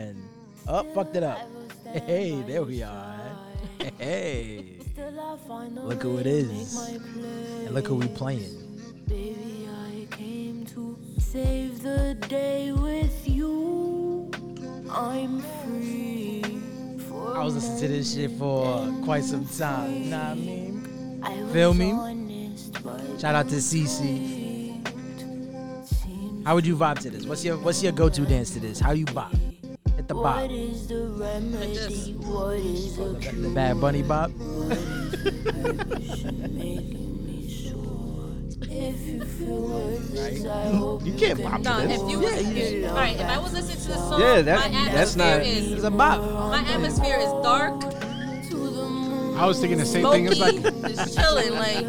Up, oh, fucked it up. I will stand Hey, by there we your are. side. Hey, Till I find a look who way it to make is, my place. and look who we playing. Baby, I came to save the day with you. I'm free. For I was listening to this shit for quite some time. Nah, I mean, I was Feel me? honest, but shout out to CC. seems How would you vibe to this? What's your What's your go to dance to this? How you bop? Hit the What bop. is the remedy? What is the The cure? bad bunny bop. Making me sure. If you feel worthless, I hope You you can't bop No, to if this. you was all right, if I was listening to the song, Yeah, that- my atmosphere that's not- It's is a bop. my atmosphere is dark, to the moon. I was thinking the same thing. smoky, It was like just chilling, like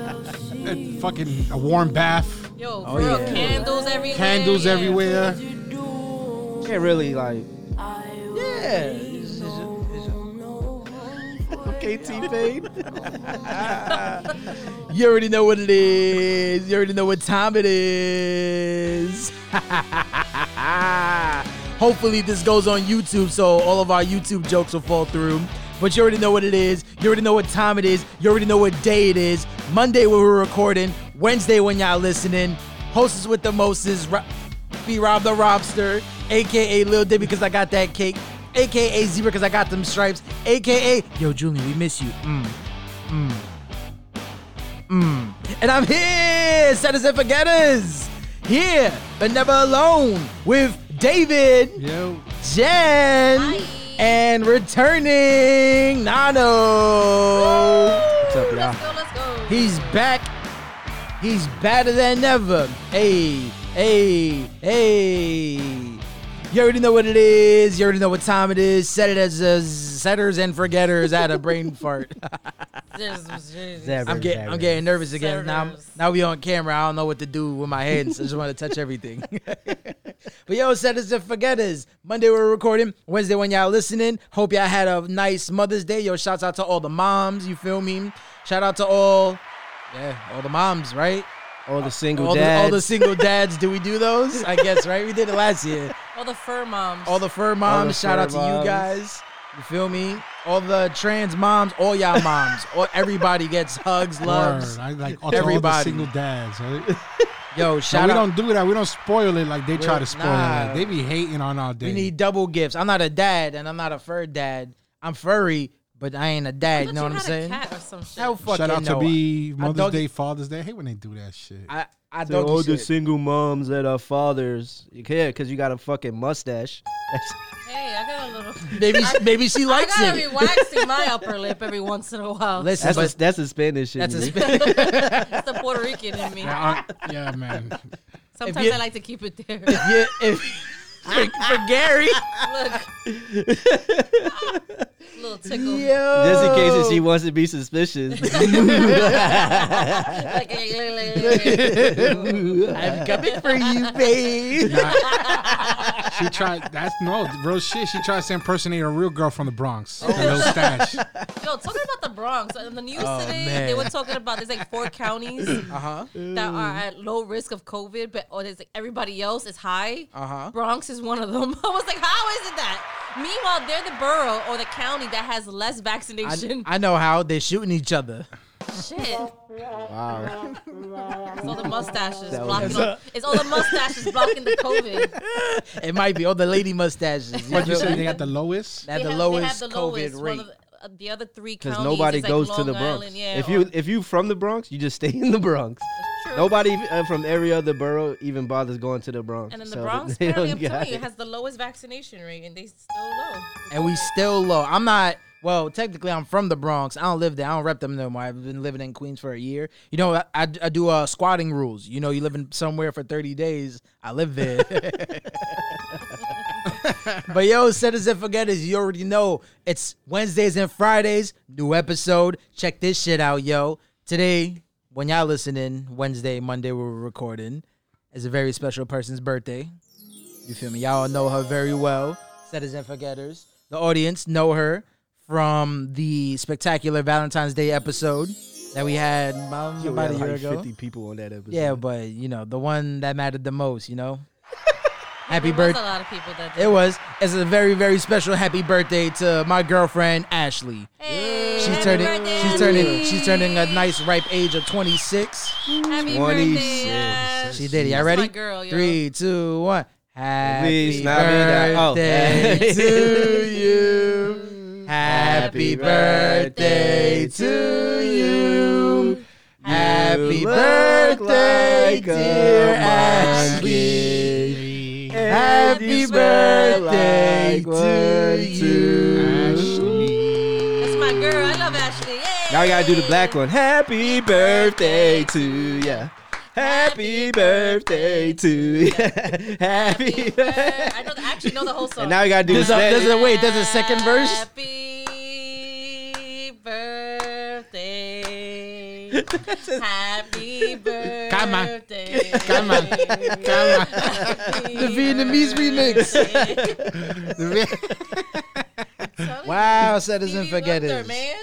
a fucking a warm bath, yo, Oh, for real, yeah. candles everywhere, candles yeah. everywhere. Can't really like. Yeah. It's just- it's just- Okay, T Pain. you already know what it is. You already know what time it is. Ah, Hopefully, this goes on YouTube so all of our YouTube jokes will fall through. But you already know what it is. You already know what time it is. You already know what day it is. Monday when we're recording. Wednesday when y'all listening. Hostess with the Moses. Ro- be Rob the Robster, aka Lil Dibby, because I got that cake, aka Zebra, because I got them stripes, aka Yo Julian, we miss you. Mm, mm, mm. And I'm here, setters and forgetters, here but never alone with David, Yo, Jen, Hi. and returning Nano. What's up, y'all? Let's go, let's go. He's back. He's better than ever. Hey, hey, hey. You already know what it is. You already know what time it is. Set it as a setters and forgetters. I had a brain fart. I'm getting, I'm getting nervous again. Now, I'm- Setters. now we on camera. I don't know what to do with my hands. I just want to touch everything. but yo, setters and forgetters. Monday we're recording. Wednesday when y'all listening. Hope y'all had a nice Mother's Day. Yo, shouts out to all the moms. You feel me? Shout out to all, yeah, all the moms, right? All the single all, the, dads. all the single dads. Do we do those? I guess right. We did it last year. all the fur moms. All the fur moms. shout fur out to moms. you guys. You feel me? All the trans moms. All y'all moms. all, everybody gets hugs, loves. word. I like all, to all the Everybody. single dads. Right? Yo, No, shout we out. don't do that. We don't spoil it like they try We're- to spoil nah. it. Like, they be hating on our day. we need double gifts. I'm not a dad, and I'm not a fur dad. I'm furry, but I ain't a I dad. thought You know what I'm had saying? A cat or some shit. Hell fucking Shout out to no. be I Mother's dog- Day, Father's Day. I hate when they do that shit. I I to all don't the single moms that are fathers. Yeah, because you got a fucking mustache. That's, Hey, I got a little. Maybe she- maybe she I likes gotta it. be waxing my upper lip every once in a while. Listen, that's, but a, that's a Spanish shit. that's a man. spin. It's the Puerto Rican in me. yeah, I- yeah, man. Sometimes you- I like to keep it there. yeah, if, for, for Gary. Look, Ah, little tickle. Yo. Just in case Oh. if she wants to be suspicious. Like, like, like, like, like. I'm coming for you, babe. She tried. That's no real shit. She tries to impersonate a real girl from the Bronx. Oh. A little stash. Yo, talking about the Bronx. uh, In the news Oh, today, man. they were talking about there's like four counties that Uh Uh-huh. huh. are at low risk of COVID, but oh, there's like everybody else is high. Uh-huh. Bronx is one of them. I was like, how is it that? Meanwhile, they're the borough or the county that has less I, vaccination. I know how they're shooting each other. Shit. wow. It's all the mustaches That was- blocking. the- it's all the mustaches blocking the COVID. It might be all the lady mustaches. What you say? They got the lowest. They have the They have- they have lowest the COVID lowest. One rate. of the, uh, the other three counties. Because nobody is, like, goes to Long the Bronx. Island, yeah, if or- you if you from the Bronx, you just stay in the Bronx. True. Nobody uh, from every other borough even bothers going to the Bronx. And in the so Bronx, they apparently, I'm don't telling got you, it. it has the lowest vaccination rate, and they still low. and we still low. I'm not. Well, technically, I'm from the Bronx. I don't live there. I don't rep them no more. I've been living in Queens for a year. You know, I, I, I do uh, squatting rules. You know, you live in somewhere for 30 days. I live there. but yo, setters and forgetters, you already know it's Wednesdays and Fridays. New episode. Check this shit out, yo. Today, when y'all listening, Wednesday, Monday, we're recording. It's a very special person's birthday. You feel me? Y'all know her very well. Setters and forgetters. The audience know her from the spectacular Valentine's Day episode that we had um, Yeah, we about a had year like ago. 50 people on that episode. Yeah, but you know the one that mattered the most. You know, Happy There's birthday. a lot of people that did. It was. It's a very, very special happy birthday to my girlfriend Ashley. Hey, She's happy turning. birthday, she's turning. Ashley. She's turning a nice ripe age of 26. Happy 26. birthday. Ash. She did it. That's Y'all my ready? girl, yo. Three, two, one. Happy Feliz Navidad. Oh. birthday to you. Happy Happy birthday birthday to to you. you. Happy You look birthday, like a dear monkey. Ashley. And Happy you smell birthday like one to too. you. That's my girl. I love Ashley. Yay. Now we gotta do the black one. Happy birthday to ya. Happy birthday to ya. Happy. Happy birthday. I, know the, I actually know the whole song. And now we gotta do the There's a, there's second. a wait. There's a second verse. Happy birthday. Happy birthday. Come on. Come on. Come on. The Vietnamese remix. Wow, citizen forget it. man.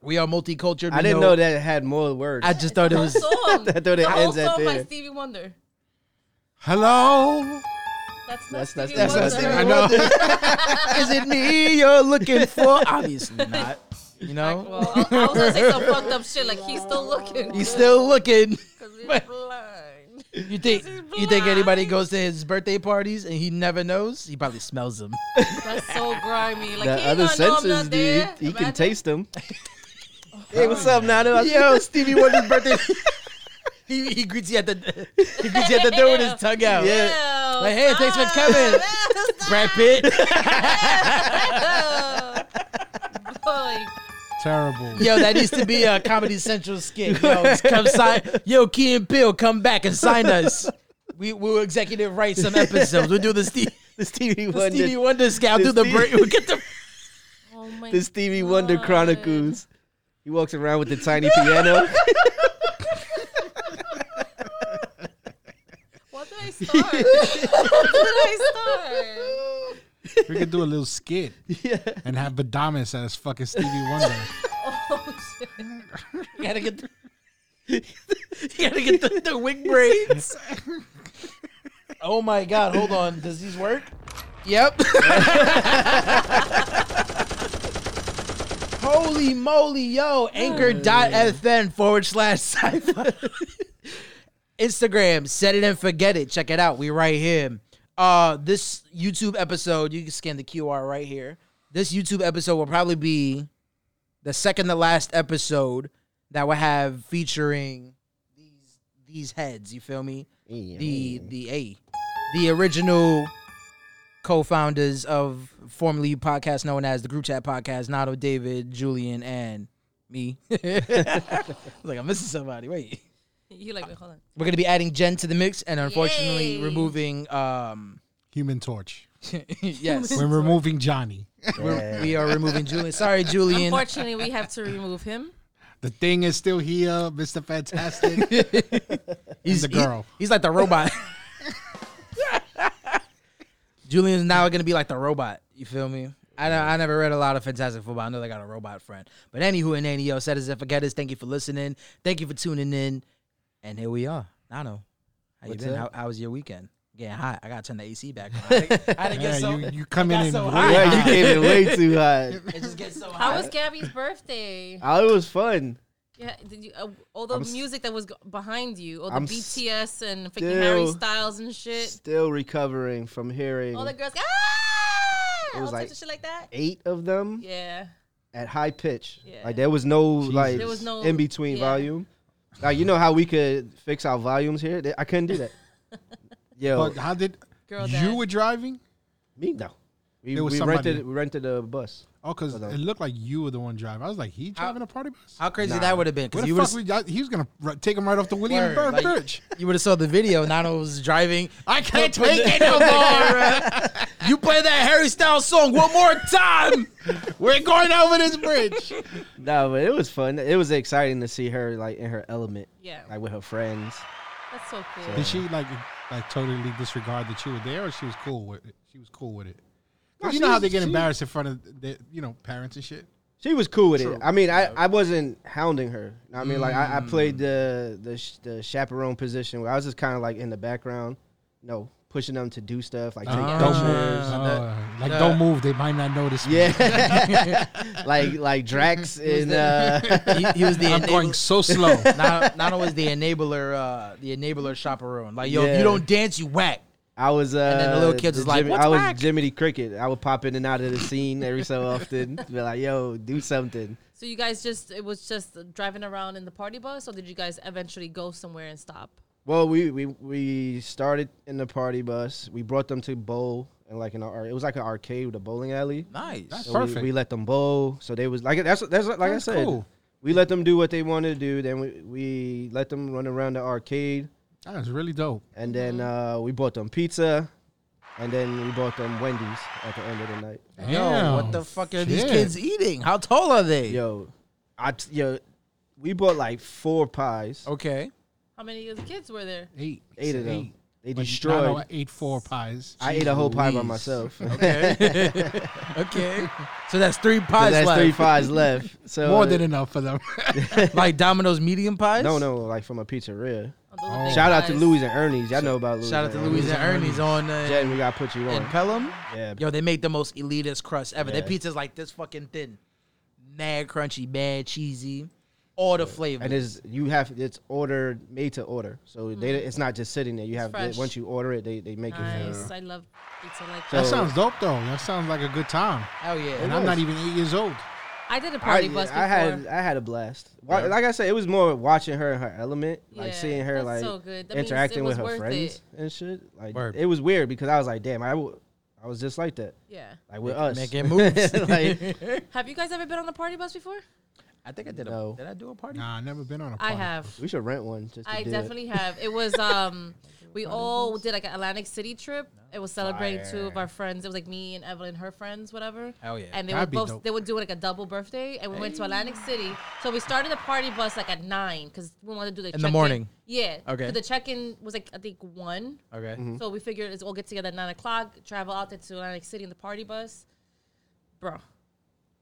We are multicultural. I didn't know that it had more words. I just thought it was. Song. I thought it the whole ends at song by there. Stevie Wonder. Hello. That's not That's not Stevie that's Wonder. not I Stevie know. Wonder. Is it me you're looking for? Obviously not. You know, Well, I, I was gonna say some fucked up shit like he's still looking. he's still looking. 'Cause he's blind. You think you think anybody goes to his birthday parties and he never knows? He probably smells them. That's so grimy. Like The he other other senses, not dude, there. he, he can Imagine. taste them. hey, what's up, Nana? Yo, Stevie Wonder's birthday. he, he greets you at the he greets you at the door with his tongue out. Yeah. Ew, Like, hey, thanks for stop. coming. Stop. Brad Pitt. uh, Ew. Boy, Terrible. Yo, that needs to be a Comedy Central skit. Yo, just come sign. Yo, Key and Peele, come back and sign us. We will executive write some episodes. We'll do the Steve, The Stevie the Wonder. Stevie Wonder scout. the Do the Steve- break. We'll get the. oh my the Stevie Wonder God. Chronicles. He walks around with the tiny piano. What did I start? what did I We could do a little skit yeah. and have Badamas as fucking Stevie Wonder. start? Oh shit. You gotta get. The, you gotta get the, the wig braids. Oh my God! Hold on. Does these work? Yep. Holy moly, yo! Anchor.fm forward slash sci-fi. Instagram, set it and forget it. Check it out. We right here. Uh, this YouTube episode, you can scan the QR right here. This YouTube episode will probably be the second to last episode that will have featuring these these heads. You feel me? The the a the original co-founders of formerly podcast known as the Group Chat Podcast, Nato, David, Julian, and me. I was like I'm missing somebody. Wait. You like me? Hold on. We're gonna be adding Jen to the mix, and unfortunately Yay. removing. um Human Torch. Yes, We're removing Johnny. we're, we are removing Julian. Sorry, Julian. Unfortunately, we have to remove him. The thing is still here, Mr. Fantastic. He's the girl. he- he's like the robot. Julian's now gonna be like the robot. You feel me? I don't- I never read a lot of Fantastic Football. I know they got a robot friend. But anywho and any yo, said as if forget us. Thank you for listening. Thank you for tuning in. And here we are. Nano, how What's you been? How, up? how was your weekend? Getting hot. I gotta turn the AC back on. I didn't, I didn't Yeah, get so. you, you come in got and so wait. hot. Yeah, you came in way too hot. It just gets so How hot. was Gabby's birthday? Oh, it was fun. Yeah, did you, uh, all the I'm s- music that was go- behind you, all the I'm BTS and freaking Harry still- Styles and shit. Still recovering from hearing All the girls, ah, It all was types like- of shit like that. eight of them Yeah, at high pitch. Yeah. Like there was no like There was no- in between yeah. volume. Like you know how we could fix our volumes here? Th- I couldn't do that. Yo, But how did girl, you dad. were driving? me no. We, There was we somebody. rented we rented a bus. Oh, because Hold on. it looked like you were the one driving. I was like, he driving a party bus? How crazy that would have been? Where Because the you would fuck? We, I, he was gonna r- take him right off the William Word, Burr like- Bridge. you would have saw the video. Nano was driving. I can't Put take the- it no more. You play that Harry Styles song one more time. We're going over this bridge. No, but it was fun. It was exciting to see her like in her element, Yeah, like with her friends. that's so cool. Did she like like totally disregard that you were there, or she was cool with it? She was cool with it. 'Cause No, you she know how was- they get she- embarrassed in front of their, you know parents and shit. She was cool with True. it. I mean, I, I wasn't hounding her. I mean, like Mm. I, I played the the sh- the chaperone position where I was just kind of like in the background. No, pushing them to do stuff like take Ah. pictures. Oh, like don't move, they might not notice. me. Yeah, like like Drax in uh, he, he was the I'm enabler- going so slow. not not always the enabler, uh, the enabler chaperone. Like yo, if Yeah. you don't dance, you whack. I was uh, then the little kids was like, Jimmy- "What's I was back?" Jiminy Cricket. I would pop in and out of the scene every so often. Be like, yo, do something. So you guys just it was just driving around in the party bus, or did you guys eventually go somewhere and stop? Well, we, we we started in the party bus. We brought them to bowl and like an ar- it was like an arcade with a bowling alley. Nice. That's- So we- Perfect. We, let them bowl. So they was like that's that's like That's I said. cool. We let them do what they wanted to do. Then we, we let them run around the arcade, That was really dope. and then uh, we bought them pizza, and then we bought them Wendy's at the end of the night. Yo, what Damn. the fuck are these Shit. kids eating? How tall are they? Yo, I t- yo, we bought like four pies. Oh, Okay. How many of the kids were there? Eight, Eight of them. Eight. They But destroyed. Nano ate four pies. I ate a whole pie by Louise. myself. Okay. So that's three pies That's left. three pies left. So More than enough for them. Like Domino's medium pies. No, no, like from a pizzeria. Oh, those were big Shout out to guys. Louis and Ernie's. Y'all know about Louis. Shout out to Louise and Ernie's on uh, Jen, we gotta put you in on. Pelham. Yeah, Yo, they make the most elitist crust ever. Their Yeah. pizza's like this fucking thin, mad crunchy, mad cheesy, all the flavors. and it's you have it's ordered made to order, so they it's not just sitting there. You have Mm. fresh. once you order it, they, they make it. Nice. I love pizza like So- that that. sounds dope, though. That sounds like a good time. Hell yeah. And I'm not even eight years old. I did a I, party bus before. I had I had a blast. Wa- Like I said, it was more watching her in her element, Yeah, like seeing her that's like so good. That means it interacting with was her worth friends it. and shit. Like Word. it was weird because I was like, damn, I, w- I was just like that, yeah. like with us. making moves. like, Have you guys ever been on the party bus before? I think I did. A, No. Did I do a party? Nah, I never been on a I party. have. we should rent one. Just to I do it. definitely have. It was um we all did like an Atlantic City trip. It was celebrating two of our friends. It was like me and Evelyn, her friends, whatever. Hell Oh, yeah. And they That'd be were both dope. they were doing like a double birthday and we went to Atlantic City. So we started the party bus like at nine because we wanted to do the In the check-in. morning. Yeah. Okay. So the check in was like I think one. Okay. So we figured let's all get together at nine o'clock, travel out there to Atlantic City in the party bus. Bro.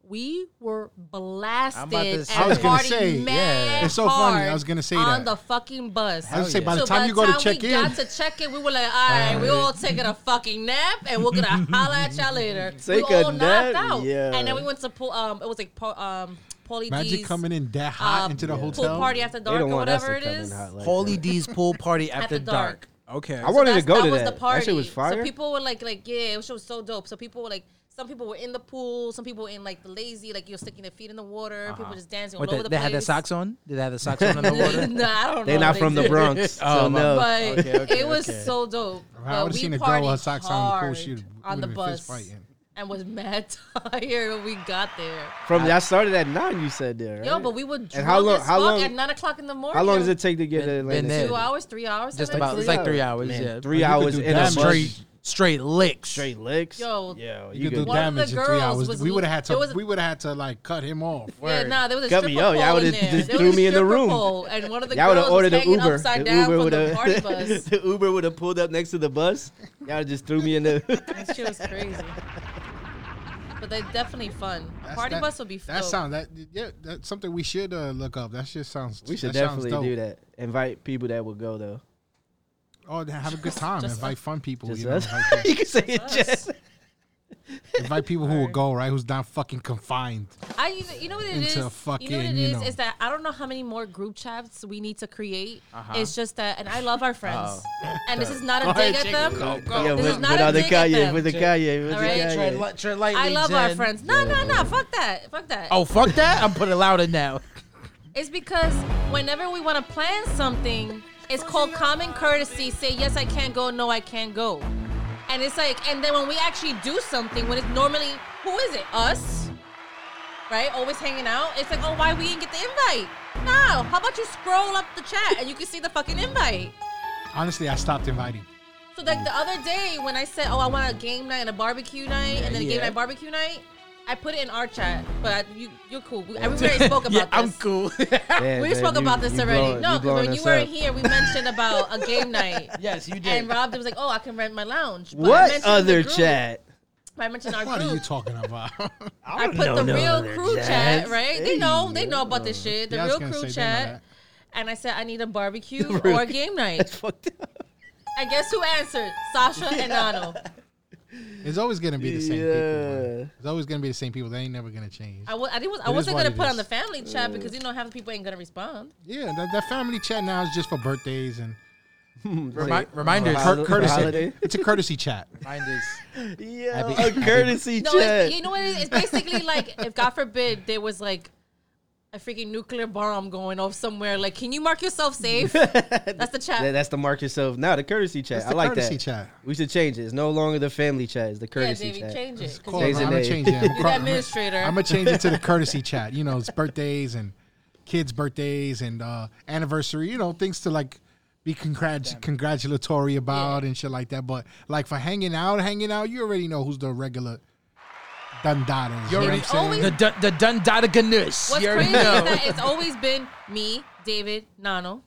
We were blasted. say- and I was gonna partied say, mad It's so funny. I hard was gonna say on that. the fucking bus. I was Hell gonna say, by yeah. the So time you go to check we in, got to check in, we were like, all right, we all taking a fucking nap, and we're gonna holla at y'all later. Take we were a all nap? knocked out, Yeah. and then we went to pool. Um, it was like po- um, Paulie imagine D's coming in that hot uh, into the pool hotel. party after They dark don't or want us whatever to it come is. in hot like Holy that. D's pool party after, After dark. dark. Okay. I wanted to that's- go that to was that. the party. That shit was fire. So people were like, like, yeah, it was, it was so dope. So people were like, some people were in the pool, some people were in like the lazy, like you're sticking their feet in the water, people just dancing Uh-huh. What, all they, over the they place. had their socks on. Did they have their socks on in the water? no, I don't know. They're not what from they the did. Bronx, Oh, so my- no. But Okay, okay, it was okay. so dope. If I But would have we seen a girl with her partied socks on in the pool, she hard would on the have been fist bus fighting. and was mad tired when we got there. From that started at nine, you said there. Yo, right? but we were drunk how long- as how fuck long- at nine o'clock in the morning. how long does it take to Been- get to Atlantic been City? there. Two hours, three hours. Just something about. like It's that? like three hours. Man, yeah. three You could hours do in a that bus. much. Straight, straight licks. straight licks. Yo. yo, You could do good. One of the damage in three girls hours. was We would have had there to. was a- we would have had to like cut him off. Yeah, nah, there was a Cut stripper me pole up. Y'all in would've there. just There threw was a me in the stripper room. Pole, and one of the Y'all would girls have was ordered the hanging Uber. upside The down Uber from would the party have. bus. the Uber would have pulled up next to the bus. Y'all just threw me in the. That shit was crazy. But they're definitely fun. A That's- party that- bus would be fun. That sound that yeah. That's something we should uh, look up. That shit sounds. we should that sounds definitely dope. do that. Invite people that would go though. Oh, then have a good time. invite fun people. Just you know, us. invite, people- you can say it, Jess. invite people who will go right, who's not fucking confined. I you know, you know what it Into is. fucking, you know what it you is know. is that I don't know how many more group chats we need to create. Uh-huh. It's just that, and I love our friends, Oh. and this is not a dig at them. Yeah, This with, is not with a all the dig at Kanye, them. with the Kanye, with All the right. Tread, Kanye. li- tread lightly, I love our Jen. friends. No, no, no. Fuck that. Fuck that. Oh fuck that! I'm putting it louder now. It's because whenever we want to plan something, it's called common courtesy. Say yes, I can't go. No, I can't go. And it's like, and then when we actually do something, when it's normally who is it? Us, right? Always hanging out. It's like, oh, why we didn't get the invite? No, how about you scroll up the chat and you can see the fucking invite. Honestly, I stopped inviting. So like the other day when I said, oh, I want a game night and a barbecue night, and then a yeah. game night barbecue night. I put it in our chat, but I, you, you're cool. We, we already spoke about yeah, this. I'm cool. Yeah, We man, spoke you- about this you already. blowing- No, you 'cause when blowing you us weren't up. here, we mentioned about a game night. yes, you And did. Rob was like, "Oh, I can rent my lounge." But I What mentioned the other group- chat? I mentioned our What are you group. talking about? I put the real crew chat, right? They know, they know about this shit. The Yeah, I was real gonna crew say they know chat. that. And I said, I need a barbecue or a game night. Fucked up. And guess who answered? Sasha and Nano. It's always gonna be the same people. man. Yeah. It's always gonna be the same people. They ain't never gonna change. I, w- I, didn't, was, I It is wasn't what gonna it put is. on the family chat because you know half the people ain't gonna respond. Yeah, that, that family chat now is just for birthdays and Remi- reminders. cur- Hol- courtesy. holiday? It's a courtesy chat. Reminders. Yeah, Happy- a courtesy No, check. it's, you know what? It is? It's basically like if God forbid there was like a freaking nuclear bomb going off somewhere. Like, can you mark yourself safe? That's the That- chat. that's the mark yourself. Now the courtesy chat. That's the I like courtesy that. chat. We should change it. It's no longer the family chat. It's the yeah, courtesy Davey, chat. change it. 'cause Call you're it, Days I'm and gonna days. change it. I'm the administrator. I'm gonna change it to the courtesy chat. You know, it's birthdays and kids' birthdays and uh, anniversary. You know, things to like be congrat- congratulatory about and shit like that. But like for hanging out, hanging out, you already know who's the regular dundada. You, You know already- what I'm saying? always- The dun- the Dundada Ganus. What's You already crazy know. is that it's always been me, David, Nano.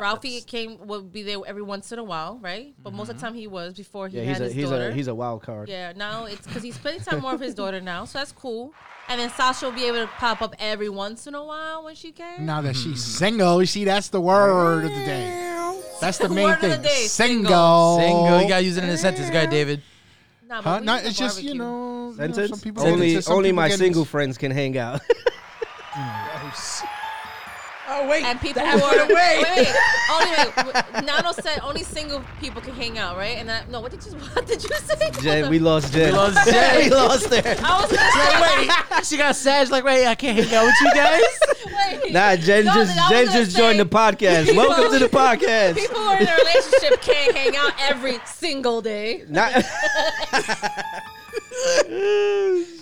Ralphie came would be there every once in a while, right? But most of the time he was before he Yeah, had he's a his he's daughter. a he's a wild card. yeah, now it's because he's spending time more with his daughter now, so that's cool. And then Sasha will be able to pop up every once in a while when she can. Now that she's single, you see that's the word of the day. That's the main Word of the thing. day, single. Single. You gotta use it in a sentence, guy David. Nah, but Huh? we No, need the it's just you barbecue. know, you know, Sentence? some people only Sentence. Some only people my get single friends can hang out. Oh wait. And people That who are went away. wait, wait, only wait. W- Nano said only single people can hang out, right? And I, no, what did you what did you say? Jen, we lost Jen. We lost Jen. we lost her. I was gonna say wait. She got sad. She's like, wait, I can't hang out with you guys. Wait. Nah, Jen No, just I was Jen gonna just joined say, the podcast. People- Welcome to the podcast. People who are in a relationship can't hang out every single day. Not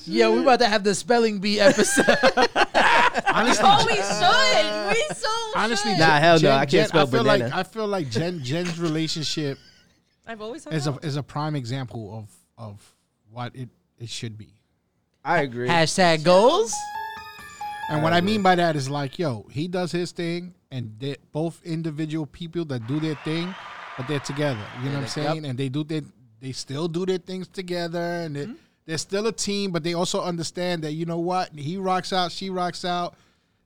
yeah, we about to have the spelling bee episode. Honestly, Oh, we should. We so honestly, should. Nah, hell no, I can't spell I feel Like, banana. I feel like Jen, Jen's relationship I've always hung is a out. is a prime example of of what it it should be. I agree. Hashtag goals. And what I mean by that is like, yo, he does his thing, and they both individual people that do their thing, but they're together. You know what I'm saying? And they do their, they still do their things together, and Mm-hmm. they, they're still a team, but they also understand that you know what, he rocks out, she rocks out.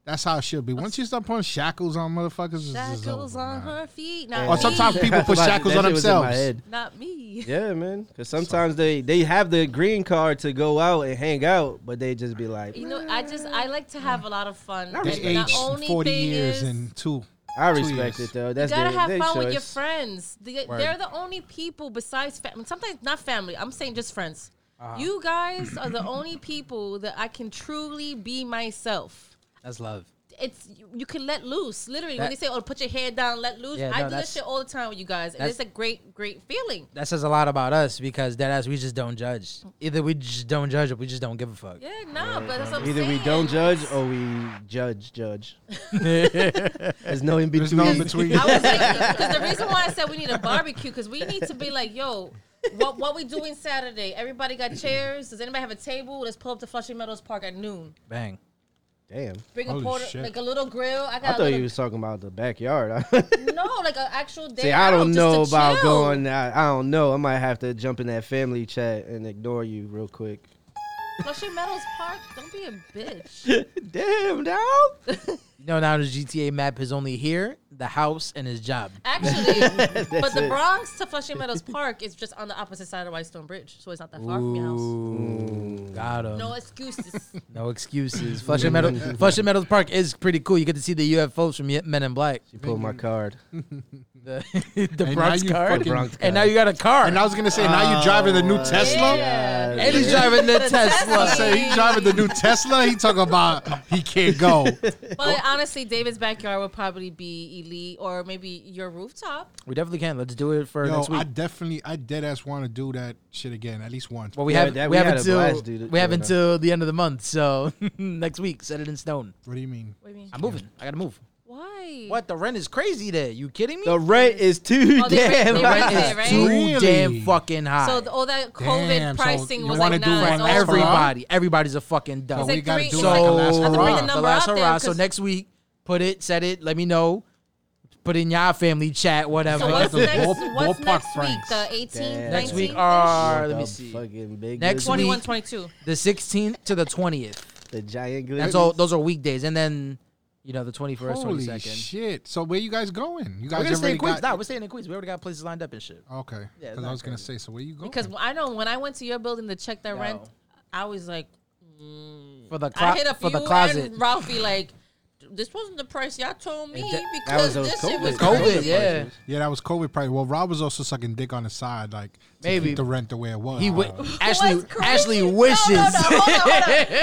That's how it should be. Once you start putting shackles on motherfuckers, shackles Shackles on her feet. Not Or me. sometimes people put That shackles on shit was in my themselves. head. Not me. Oh, Yeah, man. Because sometimes they they have the green card to go out and hang out, but they just be like, You know, I just I like to have a lot of fun. They And the aged only 40 thing years is, and two. I two respect years. it though. That's you gotta their, have their fun with your choice. friends. They, they're the only people besides family. Sometimes not family. I'm saying just friends. Uh-huh. You guys are the only people that I can truly be myself. That's love. it's you, you can let loose. Literally, when That- they say, "Oh, put your hair down, let loose," Yeah, I no, do that that's- shit all the time with you guys, and that's- it's a great, great feeling. That says a lot about us because that ass we just don't judge. Either we just don't judge or we just don't give a fuck. Yeah, nah, but that's what I'm Either saying. we don't judge or we judge judge. There's no in between. There's no in between. I was like, because the reason why I said we need a barbecue because we need to be like, yo. What what we doing Saturday? Everybody got chairs. Does anybody have a table? Let's pull up to Flushing Meadows Park at noon. Bang. Damn, Bring a Holy porter, shit. like a little grill. I I got a thought little, you was talking about the backyard. no, like an actual day. See, I don't out, know just to about chill. going. I, I don't know. I might have to jump in that family chat and ignore you real quick. Flushing Meadows Park. Don't be a bitch. Damn, now You know now the GTA map is only here, the house, and his job. Actually, But the it. Bronx to Flushing Meadows Park is just on the opposite side of Whitestone Bridge, so it's not that far from your house. Ooh, got him. No excuses. No excuses. Flushing Meadows, Flushing Meadows Park is pretty cool. You get to see the UFOs from Ye- Men in Black. you pulled my card. The, the now Bronx you car. fucking- Bronx And now you got a car. And I was gonna say, now you driving the new Tesla. Oh. Yeah. and he's driving the I Tesla. say he driving the new Tesla. He talking about he can't go. But honestly, David's backyard would probably be elite, or maybe your rooftop. We definitely can. Let's do it for Yo, next I week. definitely, I dead ass want to do that shit again, at least once. Well, we Yeah, have that- we we have had a until blast, dude, we have doing that. until the end of the month. So next week, set it in stone. What do you mean? What do you mean? I'm moving. I gotta move. Why? What the rent is crazy there? You kidding me? The rent is too Oh, they damn rent- they high. It's rent Yeah, right? too Really? damn fucking high. So the, all that COVID Damn, so pricing you was wanna like, do nah, one it's last over. for all? everybody, everybody's a fucking But dog. we like gotta three- do it's it like a like- last I have to bring the So hurrah. the number last out there hurrah. So 'cause- next week, put it, set it. Let me know. Put in your family chat, whatever. So I what's got the next? ballp- what's ballpark next week? francs. The 18th, Damn. Next week 19th -ish? uh, are What let me the see Fucking big Next next one- one, 21, week. 22. the 16th to the 20th. the giant. That's glizzy. all. Those are weekdays, and then you know, the 21st, Holy 22nd. shit! So where you guys going? You guys We're gonna stay in already Queens. got Nah, we're staying in Queens. We already got places lined up and shit. okay? Yeah, it's Because I not was gonna crazy. say, so where you going? Because I know when I went to your building to check the rent, No. I was like, mm. For the clo- I hit up for the you closet. and Ralphie like, this wasn't the price y'all told me that- that was because those this shit COVID was COVID, crazy. yeah. yeah, that was COVID. Probably. Well, Rob was also sucking dick on the side, like to Maybe. keep the rent the way it was. He w- probably. Ashley What's crazy- Ashley No, no, no, wishes. hold on, hold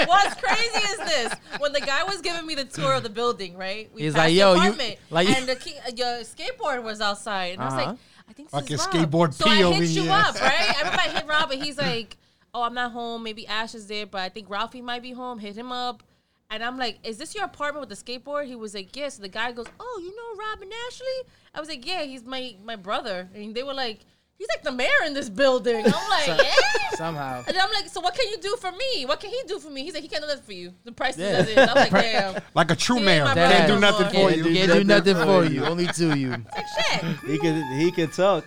on. What's crazy is this: when the guy was giving me the tour of the building, right? We He's passed like, the "Yo, you- apartment, like- and the key, uh, your skateboard was outside, and I was Uh-huh. like, I think this is Fucking Rob. skateboard So I P hit over you here. up, right? I remember I hit Rob, and he's like, "Oh, I'm not home. Maybe Ash is there, but I think Ralphie might be home. Hit him up." And I'm like, is this your apartment with the skateboard? He was like, yes. the guy goes, oh, you know Rob and Ashley? I was like, yeah, he's my my brother. And they were like, he's like the mayor in this building. I'm like, yeah. Somehow. And then I'm like, so what can you do for me? What can he do for me? He's like, he can't do nothing for you. The price Yeah. is as is. I'm like, damn. like a true He man. ain't my Can't brother do no nothing more. for Can't, you. can't do nothing for you. Only to you. Like, shit. He could he could talk.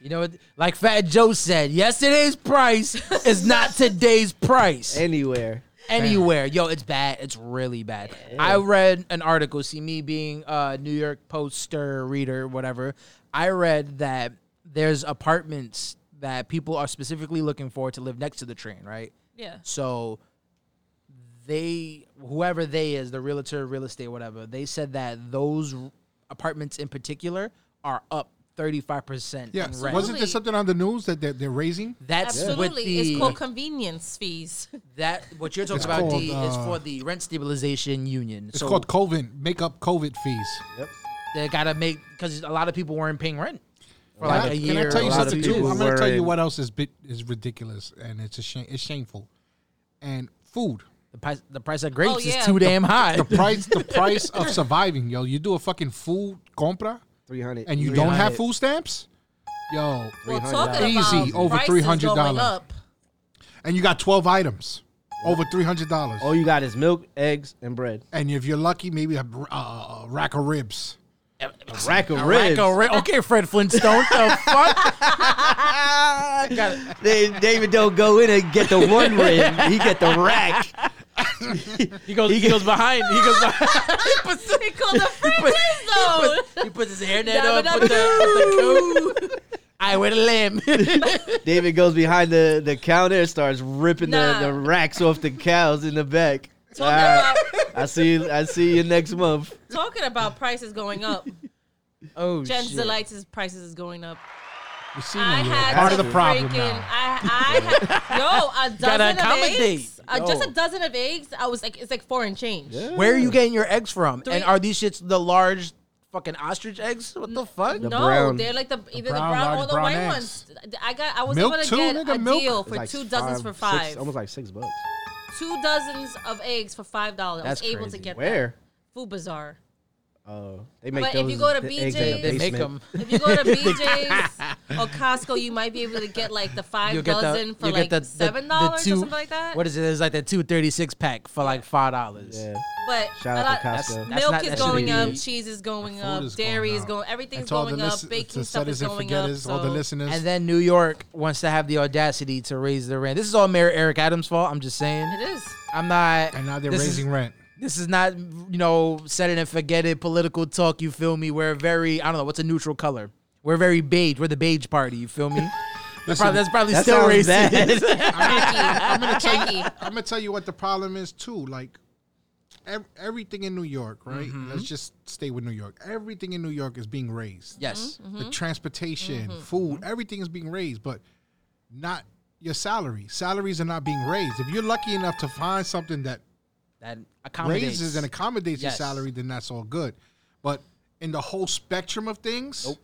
You know what? Like Fat Joe said, yesterday's price is not today's price. Anywhere. anywhere. Yo, it's bad. It's really bad. I read an article. See, me being a New York Poster reader, whatever, I read that there's apartments that people are specifically looking for to live next to the train, right? Yeah. So they, whoever they is, the realtor, real estate, whatever, they said that those apartments in particular are up 35% Yeah, in rent. wasn't there something on the news that they're, they're raising? That's with Absolutely. the It's called convenience fees. that what you're talking It's about called, D is uh, for the rent stabilization union. It's so called COVID. Make up COVID fees. they gotta make because a lot of people weren't paying rent for Can like I- a year. Can I tell a you lot of something people- too? I'm going to were tell you in- what else is bit is ridiculous and it's a shame. It's shameful. And food. The price, the price of grapes Oh, yeah. is too damn high. The price. the price of surviving, yo. You do a fucking food compra Three hundred. and you don't have 300. food stamps, yo. Well, $300. talking about Easy, over prices $300. going up. And you got twelve items, over three hundred dollars. Oh, All you got is milk, eggs, and bread. And if you're lucky, maybe a, br- uh, a rack of ribs. A rack of A ribs. rack of ri- okay, Fred Flintstone. the fuck? They- David don't go in and get the one rib. He get the rack. He goes. He, goes behind. He goes. Behind, He called the friend zone. he puts his hairnet Dabba on. dabba Put the, put the coat. I wear the lamb. David goes behind the, the counter and starts ripping Nah. the, the racks off the cows in the back. All Talking right. about, I see you, I see you next month. talking about prices going up. oh Gen shit! Zelites' prices is going up. You see I me, yo. had part to of the problem freaking, now. I, I had, yo, a dozen of accommodate. eggs. Uh, Yo. just a dozen of eggs. I was like, it's like four and change. Where are you getting your eggs from? Three- And are these shits the large fucking ostrich eggs? What the fuck? The no, brown- they're like the either the brown, brown, or large the brown white eggs. ones. I got. I was Milk able to too, get nigga, a milk? deal It's for Like two dozens for six- five. almost like six bucks. two dozens of eggs for five dollars. I was That's able crazy. to get that. Where? Food Bazaar. Oh, they make But if those. you go to the eggs in the BJ's They Make basement. them. If you go to BJ's or Costco, you might be able to get like the five dozen for like seven dollars or two- something like that. What is it? It's like the two thirty six pack for like five dollars. Yeah. but Shout a out to lot- That's- Costco. that's milk not- is that shouldn't going be- up, cheese is going food up, is going dairy is up. going, everything's To all going the up, listen- baking to stuff is setters and going up. forgetters, all the so- listeners. And then New York wants to have the audacity to raise the rent. This is all Mayor Eric Adams' fault. I'm just saying. It is. I'm not. And now they're this raising Is, rent. this is not, you know, set it and forget it political talk. You feel me? We're very. I don't know. What's a neutral color? We're very beige. We're the beige party. You feel me? That's Listen, probably, that's probably That still sounds racist. bad. Khaki. I'm gonna khaki. I'm gonna tell you what the problem is too. Like ev- everything in New York, right? Mm-hmm. Let's just stay with New York. Everything in New York is being raised. yes. Mm-hmm. The transportation, food, everything is being raised, but not your salary. Salaries are not being raised. If you're lucky enough to find something that That accommodates. raises and accommodates Yes. your salary, then that's all good. But in the whole spectrum of things,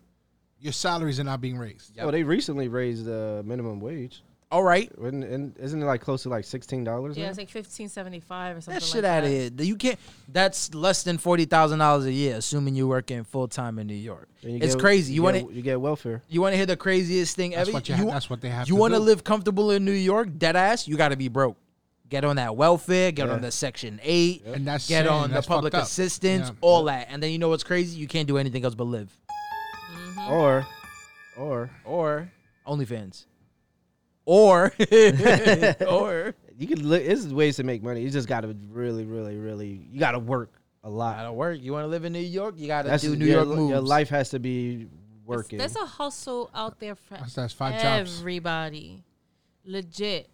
your salaries are not being raised. Yep. Oh, they recently raised the minimum wage. all right. Isn't, isn't it like close to like sixteen dollars? Yeah, it's like fifteen seventy five or something. That shit like out that. of here. You can't. That's less than forty thousand dollars a year, assuming you work in full time in New York. It's crazy. You want to You get welfare. you want to hear the craziest thing That's ever? what you ha- that's what they have You to wanna do. live comfortable in New York, dead ass? You got to be broke. Get on that welfare. Get Yeah. on the Section Eight. And that's get sad, on the that's public fucked up. assistance. Yeah. All that, and then you know what's crazy? You can't do anything else but live Uh-huh. Or, or or OnlyFans or or you could. Li- there's ways to make money. You just gotta really, really, really. You gotta work. a lot. Gotta work. You want to live in New York? You gotta That's do New your, York moves. Your life has to be working. There's a hustle out there for That's- that's five jobs. everybody. Legit.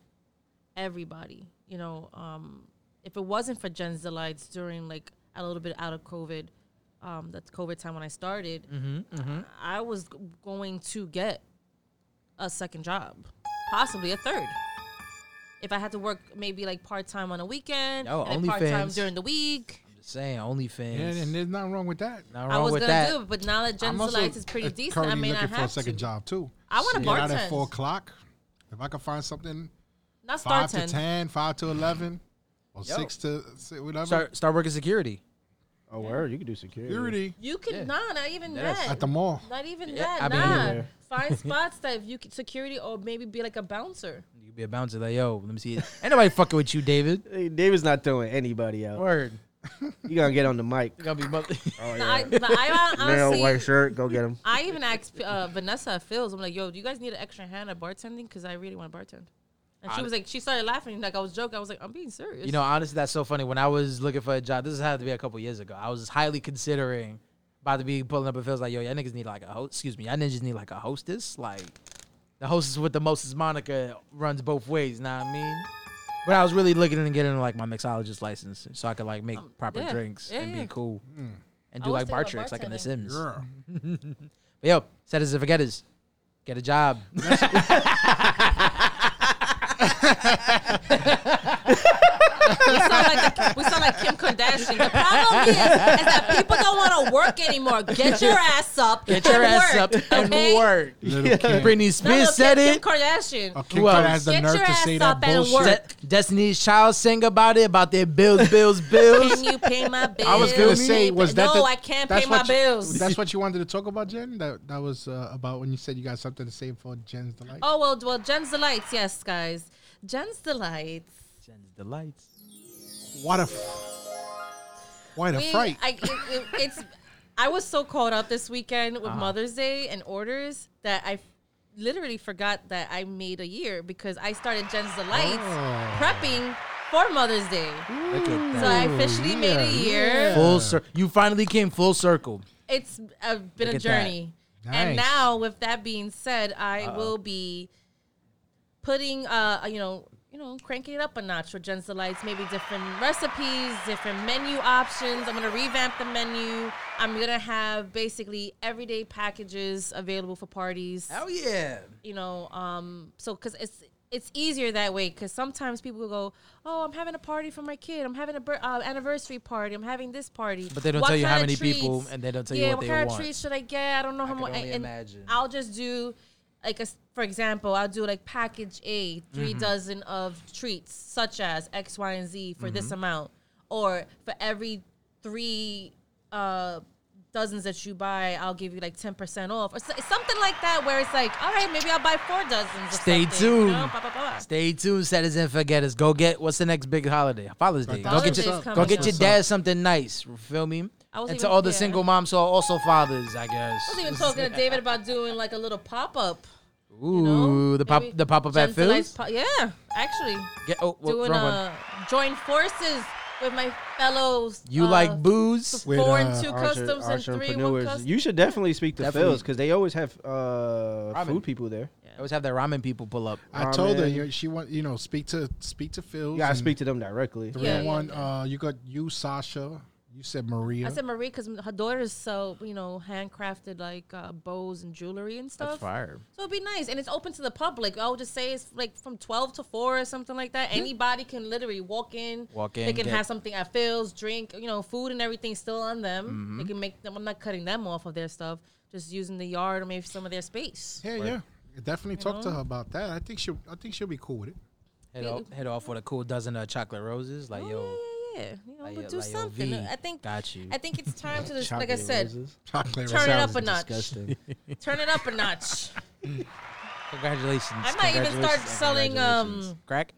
Everybody. You know, um, if it wasn't for Genzelites during like a little bit out of COVID, um, that's COVID time when I started, Mm-hmm, I was g- going to get a second job, possibly a third. If I had to work maybe like part time on a weekend, Yo, and part time OnlyFans. during the week. Saying OnlyFans. Yeah, and there's nothing wrong with that. Not I wrong was with gonna that. do it, but now that I'm also Genzelites is pretty uh, decent, I currently may not looking for a have second to. job too. I want to Get out at bartend. four o'clock. If I can find something Not five start to 10. ten, five to eleven, or six to si- whatever. Start start working security. oh, word, you can do security. Security You can nah, not even Yes. that. at the mall. not even Yeah, that. I've been nah. there. Find spots that if you could security or maybe be like a bouncer. You could be a bouncer like, yo, let me see. It. Ain't nobody fucking with you, David. Hey, David's not throwing anybody out. Word. You gonna get on the mic. You gotta be monthly. Nah, I, but I hon- Nail, white honestly, shirt, go get him. I even asked uh, Vanessa at Phil's. I'm like, yo, do you guys need an extra hand at bartending? Because I really want to bartend. And she was like, she started laughing like I was joking. I was like, I'm being serious. you know, honestly, that's so funny. When I was looking for a job, this had to be a couple years ago. I was highly considering about to be pulling up a feels like, yo, y'all niggas need like a host. Excuse me, y'all niggas need like a hostess. Like the hostess with the mostest moniker runs both ways. Know what I mean? But I was really looking to get into like my mixologist license so I could like make proper Oh, yeah. drinks Yeah, and yeah. be cool and I do was like thinking bar about tricks like in The bartending. Sims. Yeah. But yo, setters and forgetters, get a job. we sound like the, we sound like Kim Kardashian. The problem is, is that people don't want to work anymore. Get your ass up. Get your and ass work, up and okay? work. Little kid. Britney No, no, Spears Kim- said Kim it. Kardashian. A kid Who that else? has the Get nerve your to say ass that up and bullshit. work. De- Destiny's Child sang about it about their bills, bills, bills. Can you pay my bills? I was gonna say, was that no? the- I can't that's pay my what you- bills. That's what you wanted to talk about, Jen. That that was uh, about when you said you got something to say for Jen's delight. oh well, well, Jen's delights. Yes, guys, Jen's delights. Jen's delights. What a f- what a We- fright! I, it, it, it's. I was so caught up this weekend Uh-huh. with Mother's Day and orders that I literally forgot that I made a year because I started Jen's delights Oh. prepping for Mother's Day. Look at So that. I officially yeah, made a year. yeah. Full cir- you finally came full circle. It's uh, Look been a at that. journey. Nice. And now, with that being said, I will be putting, uh, you know, you know, cranking it up a notch for Jen's Delights. Maybe different recipes, different menu options. I'm gonna revamp the menu. I'm gonna have basically everyday packages available for parties. yeah. You know, um, so because it's it's easier that way. Because sometimes people will go, "Oh, I'm having a party for my kid. I'm having a bir- uh, anniversary party. I'm having this party." But they don't What tell you how kind many of people treats? and they don't tell yeah, you what, what they kind want. of treats should I get? I don't know how could much. only and imagine. I'll just do like a s- for example, I'll do like package A, 3 Mm-hmm. dozen of treats such as X, Y, and Z for Mm-hmm. this amount, or for every three uh, dozens that you buy, I'll give you like ten percent off, or so, something like that. Where it's like, all right, maybe I'll buy four dozens. Or Stay something, you tuned. know, blah, blah, blah. Stay tuned, setters and forgetters. Go get what's the next big holiday? Father's Day. Go Father's get your Day's coming go get up. your dad something nice. Feel me? I was And to even- all the yeah. single moms who are also fathers, I I was guess. even talking to David about doing like a little pop up. Ooh, You know? the pop Maybe the pop up at Jen's Delights Phil's. po- yeah, actually. Get oh, what, doing wrong one. uh, join forces with my fellows. You uh, like booze? With, four and uh, two Archer- customs and three oh one entrepreneurs. customs. You should definitely speak to Definitely. Phil's because they always have uh, food people there. I always have that ramen people pull up. I told her Ramen. you, she want you know speak to speak to Phil. You gotta speak to them directly. the Yeah, real yeah, one. Uh, you got you Sasha. You said Maria. I said Marie because her daughters sell you know handcrafted like uh, bows and jewelry and stuff. fire. So it'd be nice, and it's open to the public. I would just say it's like from twelve to four or something like that. Anybody can literally walk in. Walk They in, get- can have something at Phil's, drink, you know, food and everything still on them. They can make them. I'm not cutting them off of their stuff. Just using the yard or maybe some of their space. yeah, yeah. Definitely talk to her about that. I think she will I think she'll be cool with it. Head off, head off with a cool dozen of chocolate roses. Like, yo, Oh, yeah, yeah, yeah. You know, Like, but uh, do like, yo, something. V, I think got you. I think it's time to just like I said, Chocolate turn it roses. up a notch. disgusting. Turn it up a notch. congratulations. I might even start congratulations, selling congratulations. um crack.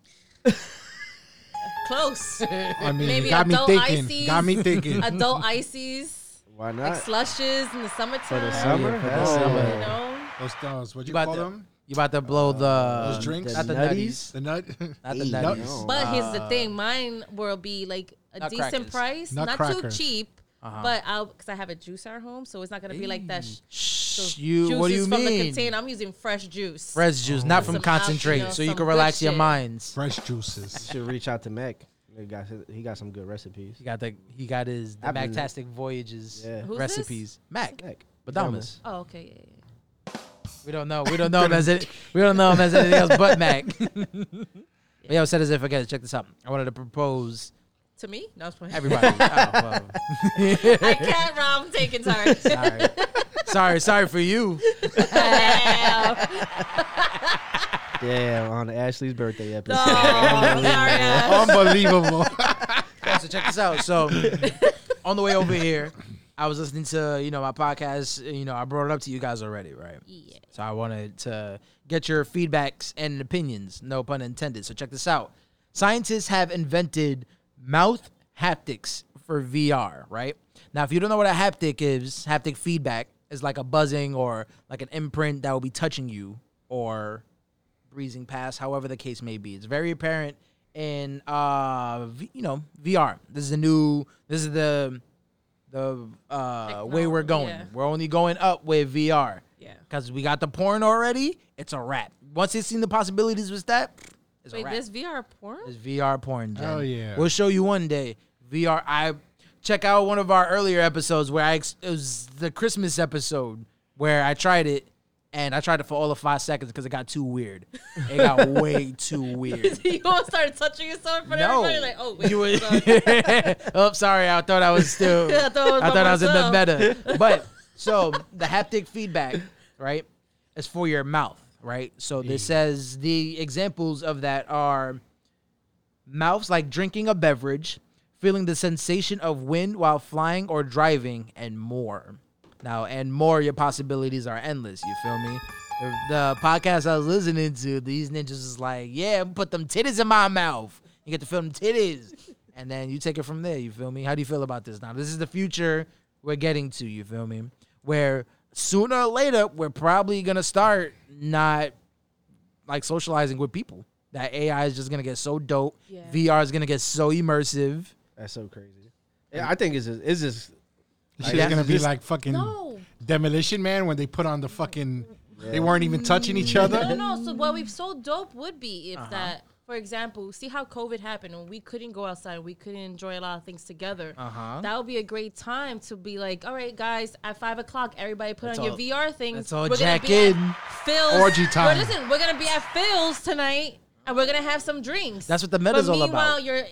close I mean, Maybe it got me adult thinking. ices. Got me thinking. adult ices, Why like not? slushes in the For summertime. the summer? for the Hell summer. You yeah. know, those those. What you, You call about to, them? you about to blow the um, those drinks? Not the The Uh, nutties. nutties? The nut. Not the Hey, nutties. no. but here's the thing: mine will be like a Nutcrackers. Uh-huh. decent price, not too Nutcrackers. cheap. But I'll because I have a juicer at home, so it's not gonna be like that. Sh- Shh, those you. What do juices you from The mean? container. I'm using fresh juice. Fresh juice, not from Some algae concentrate, or so you some can good relax your shit. minds. Fresh juices. Should reach out to Mac. He got his- he got some good recipes. He got the he got his the I've been- Mactastic Voyages Yeah. Who's this? recipes. Mac, Mac. Badamas. Oh, okay. Yeah, yeah, yeah. We don't know. We don't know him as it. We don't know him as anything else but Mac. but yo, said as if I Check this out. I wanted to propose To me, no, it's fine. everybody. oh, well. I can't. Rob, I'm taking sorry. sorry. sorry, sorry for you. Damn. Yeah, on Ashley's birthday episode. No, I'm sorry. Ash. Unbelievable. Yeah, so check this out. So on the way over here, I was listening to you know my podcast. You know I brought it up to you guys already, right? Yeah. So I wanted to get your feedbacks and opinions. No pun intended. So check this out. Scientists have invented mouth haptics for VR, right? Now, if you don't know what a haptic is, haptic feedback is like a buzzing or like an imprint that will be touching you or breezing past, however the case may be. It's very apparent in uh v- you know VR. This is the new. This is the the uh, way we're Technology, going. yeah. We're only going up with VR. Yeah. Because we got the porn already. It's a wrap. Once they've seen the possibilities with that, it's a Wait, wrap. this VR porn? It's VR porn, Jen. Hell yeah. We'll show you one day. VR. I check out one of our earlier episodes where I ex- it was the Christmas episode where I tried it and I tried it for all of five seconds because it got too weird. It got way too weird. you all started touching yourself in front of No. everybody? Like, oh, wait. You were- sorry. oh, sorry. I thought I was still. I thought I was, I by thought I was in the myself. meta. But so the haptic feedback, right, is for your mouth, right? So this says the examples of that are mouths like drinking a beverage, feeling the sensation of wind while flying or driving, and more. Now, and more, your possibilities are endless. You feel me? The, the podcast I was listening to, these ninjas is like, yeah, put them titties in my mouth. You get to feel them titties. And then you take it from there. You feel me? How do you feel about this now? This is the future we're getting to. You feel me? Where sooner or later, we're probably going to start not like socializing with people. That AI is just gonna get so dope. Yeah. VR is gonna get so immersive. That's so crazy. Yeah, I think it's just, it's just She's Yeah. gonna be Just- like fucking No. Demolition Man when they put on the fucking. They weren't even touching each other. No, no. So what we've so dope would be Uh-huh. if that, for example, see how COVID happened and we couldn't go outside, and we couldn't enjoy a lot of things together. Uh-huh. That would be a great time to be like, all right, guys, at five o'clock, everybody put Let's on all- your VR things. let's all gonna jack be at in. Phil's Orgy time. Well, listen, we're gonna be at Phil's tonight, and we're gonna have some drinks. That's what the meta's but all meanwhile, about. you're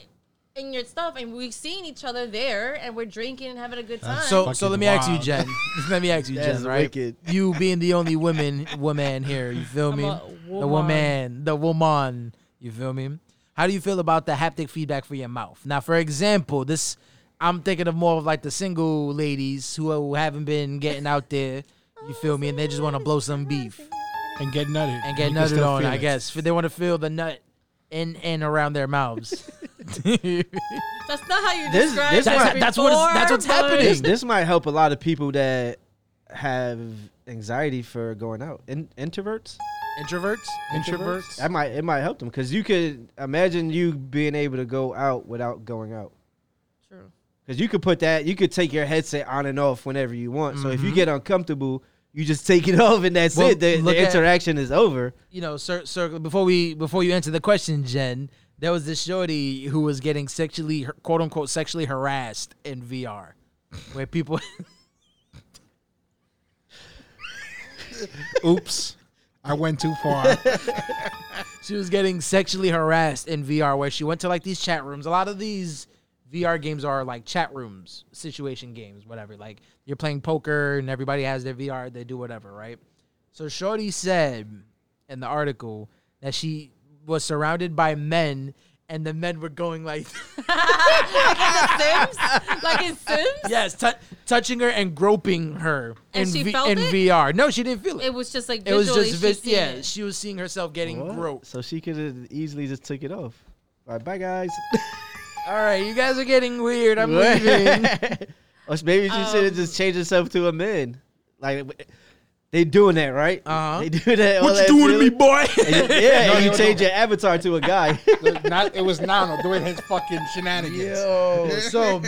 in your stuff, and we've seen each other there, and we're drinking and having a good time. So so fucking let me ask you, wild. Jen. let me ask you, That Jen. is Right? wicked. You being the only woman woman here. You feel me? a The woman, the woman. You feel me? How do you feel about the haptic feedback for your mouth? Now, for example, this I'm thinking of more of like the single ladies who haven't been getting out there. You feel me? And they just want to blow some beef. and get nutted and get You can nutted still on. feel I it. guess they want to feel the nut in and around their mouths. that's not how you This- describe it this what- before, that's what it's- that's what's but- happening. this, this might help a lot of people that have anxiety for going out. In, introverts, Introverts. That introverts. might it might help them because you could imagine you being able to go out without going out. True. Because you could put that, you could take your headset on and off whenever you want. So if you get uncomfortable, you just take it off and that's Mm-hmm. Well, it. The, the look at- interaction is over. You know, sir, sir. Before we before you answer the question, Jen, there was this shorty who was getting sexually quote unquote sexually harassed in VR, where people. Oops, I went too far. she was getting sexually harassed in VR where she went to like these chat rooms. A lot of these VR games are like chat rooms, situation games, whatever. Like you're playing poker and everybody has their VR, they do whatever, right? So Shorty said in the article that she was surrounded by men and the men were going like Sims? like in Sims? yes, tou touching her and groping her And in, she V- felt in it? VR. No, she didn't feel it. It was just like It was visually just she vis- seen yeah, it. she was seeing herself getting groped. So she could have easily just took it off. All right, bye guys. All right, you guys are getting weird. I'm What? leaving. or maybe she should have Um, just changed herself to a man. Like They doing that, right? Uh-huh. They do that. all What you that doing to me, feeling. boy? And you- yeah, No, and you no, change no. your avatar to a guy. Not, it was Nano doing his fucking shenanigans. Yo, so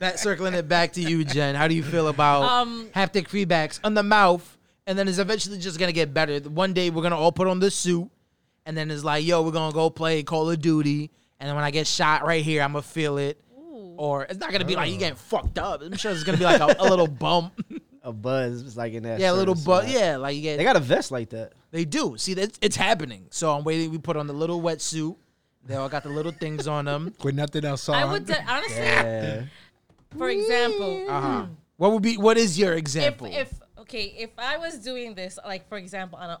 that circling it back to you, Jen. How do you feel about Um, haptic feedbacks on the mouth? And then it's eventually just gonna get better. One day we're gonna all put on this suit, and then it's like, yo, we're gonna go play Call of Duty. And then when I get shot right here, I'm gonna feel it. Or it's not gonna be like you getting fucked up. I'm sure it's gonna be like a, a little bump. a buzz, it's like in that. yeah, a little certain bump. spot. Yeah, like you get. They got a vest like that. They do. See, that's, it's happening. So I'm waiting. We put on the little wetsuit. They all got the little things on them. With nothing else on. I would de- honestly, Yeah. for example, Uh-huh. What would be? What is your Hmm. if example? if okay, if I was doing this, like for example, on an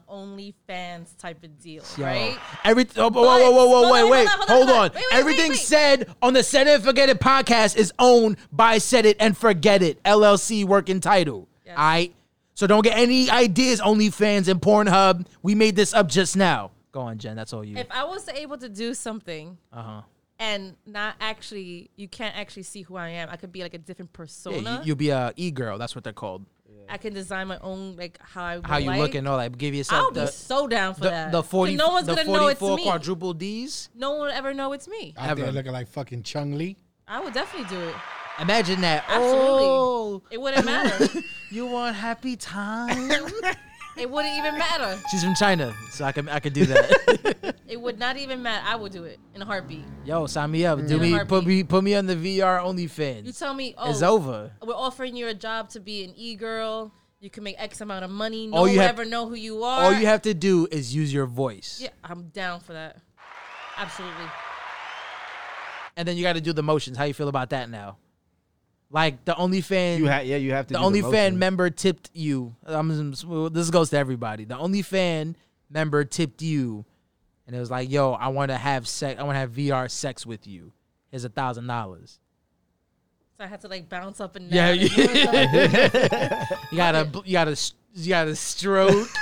OnlyFans type of deal, Yo, right? Every oh, whoa, whoa, whoa, whoa, hold wait, on, wait, hold hold on, hold on. on, hold on. Wait, wait, Everything wait, wait. said on the Set It and Forget It podcast is owned by Set It and Forget It LLC working title. Yes. All right, so don't get any ideas. OnlyFans and Pornhub. We made this up just now. Go on, Jen. That's all you. If I was able to do something Uh huh. and not actually, you can't actually see who I am. I could be like a different persona. Yeah, you, will be a e girl. That's what they're called. I can design my own like how I would How you like. look and all that. Give I'll yourself be the, so down for the that. the forty. No one's the gonna know it's 44 me. quadruple D's. no one will ever know it's me. Out there Ever. looking like fucking Chung Lee. I would definitely do it. Imagine that. Absolutely. Oh, It wouldn't matter. you want happy time? it wouldn't even matter. She's from China, so I can I can do that. It would not even matter. I would do it in a heartbeat. Yo, sign me up. Do In a me heartbeat. put me put me on the VR You OnlyFans. tell me, oh, It's over. we're offering you a job to be an e girl. You can make X amount of money. No All one you will have- ever know who you are. All you have to do is use your voice, Yeah, I'm down for that. Absolutely. and then you got to do the motions. How you feel about that now? Like the OnlyFans, You ha- yeah, you have to. the do OnlyFan motion. member tipped you. I'm, this goes to everybody. The OnlyFan member tipped you, and it was like, "Yo, I want to have sex. I want to have VR sex with you. Here's a thousand dollars. So I had to like bounce up and Yeah, down. you- Yeah. You gotta, bl- you gotta, s- you gotta stroke."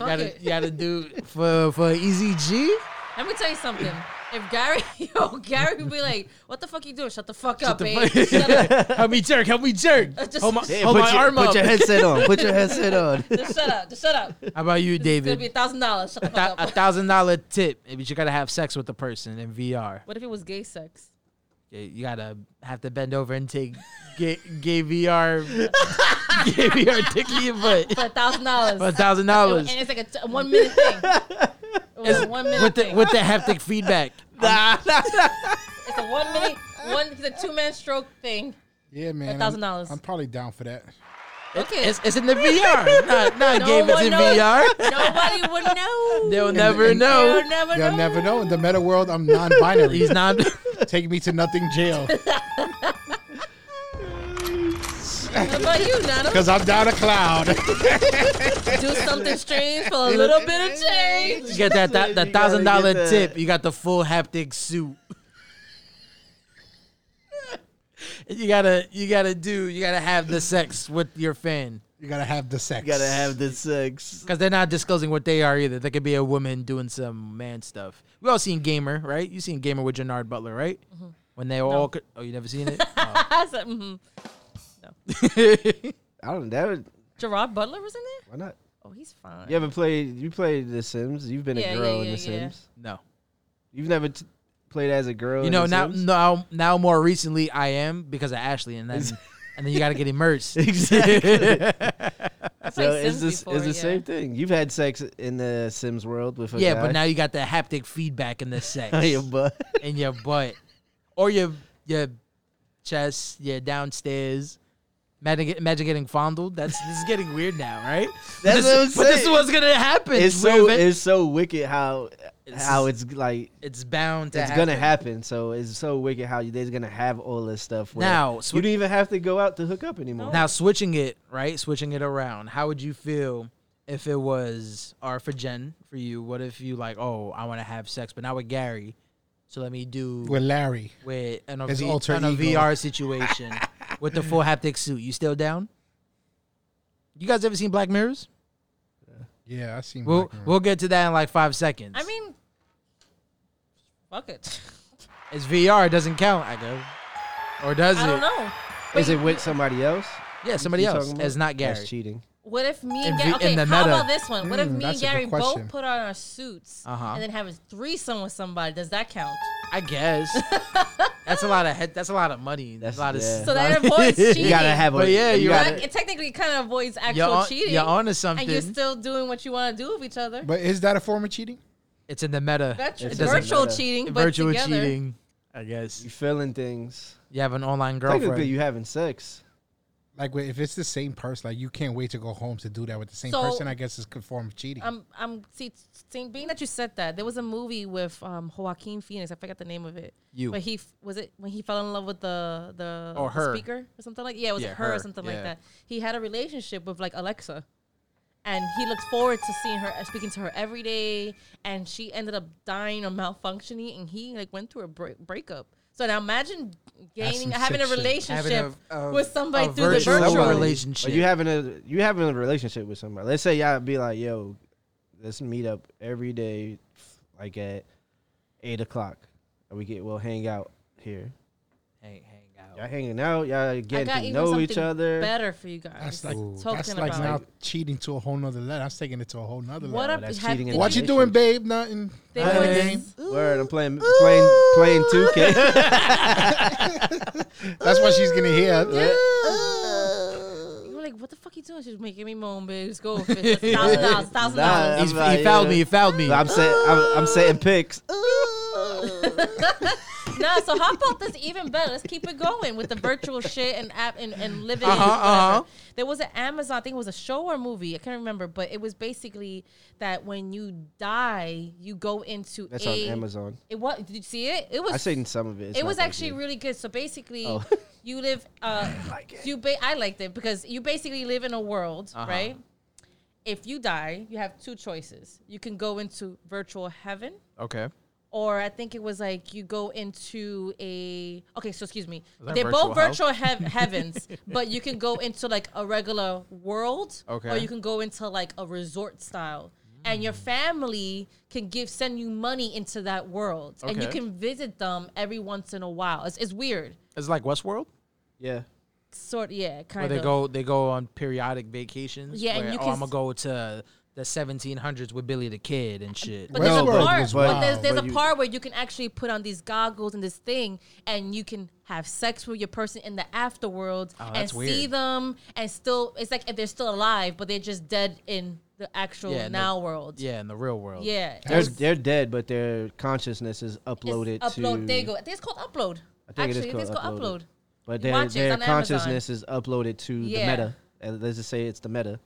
You Fuck gotta, it. you gotta do for for Easy G. Let me tell you something. If Gary, yo, Gary would be like, "What the fuck you doing? Shut the fuck up, the babe. fuck- Shut up. Help me jerk. Help me jerk. Uh, Just- hold my, Yeah, hold put my your, arm put up. your headset on. Put your headset on. Just shut up. Just shut up. It's How about you, gonna be a David? thousand dollars. Shut the fuck A up." thousand dollar tip. But you gotta have sex with the person in VR. What if it was gay sex? Yeah, You gotta have to bend over and take gay, gay VR, gay VR dick in your butt For a thousand dollars. for a thousand And dollars it's like a t- one minute thing. It was a one minute with the thing. with the haptic feedback. it's a one minute, one, it's a two man stroke thing. Yeah, man. I'm- $1,000. I'm probably down for that. Okay. It's, it's in the VR, not not No gay. It's one in knows. VR. Nobody would know. They'll never and- know. They'll never You'll know. never know. In the meta world, I'm non-binary. He's not. Take me to nothing jail What about you, Nana? because I'm down a cloud. Do something strange for a little bit of change. You get that, that, You that gotta thousand dollar get that. tip. You got the full haptic suit. you gotta you gotta do you gotta have the sex with your fan you gotta have the sex. You gotta have the sex. because they're not disclosing what they are either. They could be a woman doing some man stuff. We all seen Gamer, right? You seen Gamer with Jannard Butler, right? Mm-hmm. When they all could, oh you never seen it. Oh. I said, mhm. I don't. That would, Gerard Butler was in there? why not? Oh, he's fine. You haven't played. You played The Sims. You've been Yeah, a yeah, girl yeah, in The yeah. Sims. no, You've never t- played as a girl. you in know the now Sims? now now more recently I am because of Ashley and then and then you gotta get immersed. Exactly. I played so it's Sims the, before, it's the yeah. same thing. You've had sex in the Sims world with a Yeah, guy. but now you got the haptic feedback in the sex. Oh, your butt. in your butt or your your chest, your downstairs. Imagine, get- imagine getting fondled. That's this is getting weird now, right? this, That's what I'm But this is saying. what's gonna happen. It's We're so event- it's so wicked how It's- how it's like it's bound to it's happen. gonna happen. So it's so wicked how they're gonna have all this stuff. Where Now, you swi- don't even have to go out to hook up anymore. Now switching it, right? Switching it around. How would you feel if it was or for Jen, for you, what if you like, oh, I wanna have sex, but not with Gary. So let me do with Larry. with an a, His V- alter on a ego. VR situation with the full haptic suit. You still down? You guys ever seen Black Mirrors? Yeah, I seen. We'll Black Mirror. we'll get to that in like five seconds. I mean, fuck it. it's VR. It doesn't count. I go, or does I it? don't know. Is Wait, it with somebody else? Yeah, somebody You else. talking about? It's not Gary. That's cheating. What if me In and the- Gary? in Okay, the how meta. Hmm, about this one? What if Mm, me that's and a good Gary question. both put on our suits Uh-huh. and then have a threesome with somebody? Does that count? I guess that's a lot of head. That's a lot of money. That's a lot of. yeah. s- So that avoids cheating. You gotta have But a yeah, you you're gotta, right. It technically kind of avoids actual You're, on, cheating. you're onto and something. you're still doing what you want to do with each other. But is that a form of cheating? it's in the meta. Virtu- It doesn't virtual matter. cheating, but virtual together. cheating. I guess You feeling things. you have an online Technically, girlfriend. you having sex. Like, wait, if it's the same person, like you can't wait to go home to do that with the same So- person. I guess it's a form of cheating. I'm, I'm. See, see, being that you said that, there was a movie with um, Joaquin Phoenix. I forgot the name of it. You. But he f- was it when he fell in love with the the, Or the her. speaker or something like yeah, was Yeah, it her, her. or something Yeah. like that? He had a relationship with like Alexa, and he looked forward to seeing her, uh, speaking to her every day. And she ended up dying or malfunctioning, and he like went through a break- breakup. So now imagine gaining some having a sick shit. relationship Having a- a- with somebody a through virtual the virtual Somebody. relationship. relationship. Or you having a you having a relationship with somebody. Let's say y'all be like, yo, let's meet up every day, like at eight o'clock, and we get we'll hang out here. Hang, hang out. Y'all hanging out, y'all I getting got to even know something each other. better for you guys. that's like talking that's like about now it. cheating to a whole nother level. I'm taking it to a whole nother what level. up? that's have- cheating did in you- What you doing, babe? Nothing. They Playing were a just- Word, I'm playing playing playing two K. That's what she's gonna hear. You were like, what the fuck you doing? She's making me moan, bitch. Let's go. Thousand dollars, thousand Nah, dollars. He's, I'm like, he fouled yeah. me. He fouled me. I'm saying I'm, I'm setting pics. Nah, so how about this even better? Let's keep it going with the virtual shit and app and, and living. Uh-huh, and whatever. uh-huh. There was an Amazon, I think it was a show or movie. I can't remember, but it was basically that when you die, you go into That's on a, Amazon. It was. Did you see it? It was. I seen some of it. It's it not was that actually good. really good. So basically, Oh. you live. Uh, You ba- I liked it because you basically live in a world, Uh-huh. right? If you die, you have two choices. You can go into virtual heaven, okay. or I think it was like you go into a. Okay, so excuse me. that They're virtual both hell? virtual heav- heavens, but you can go into like a regular world, or Okay. Mm. you can go into like a resort style. And your family can give send you money into that world, and you Okay. can visit them every once in a while. It's, it's weird, It's like Westworld, Yeah. sort yeah, where kind they of. go they go on periodic vacations. Yeah, and where, you oh, can I'm gonna s- go to the 1700s with Billy the Kid and shit. But Well, there's a but- part, was but wow. there's, there's But a you- part where you can actually put on these goggles and this thing, and you can have sex with your person in the afterworld Oh, and that's see weird. them, and still it's like if they're still alive, but they're just dead in the actual Yeah, in the- now world. yeah, in the real world. yeah. It's- They're, they're dead, but their consciousness is uploaded it's upload. to. There you go. I think it's called upload. I think it is actually, called I think it's Upload. called upload. But You their, watch it, their it's on Amazon. consciousness is uploaded to Yeah. the meta. And let's just say it's the meta.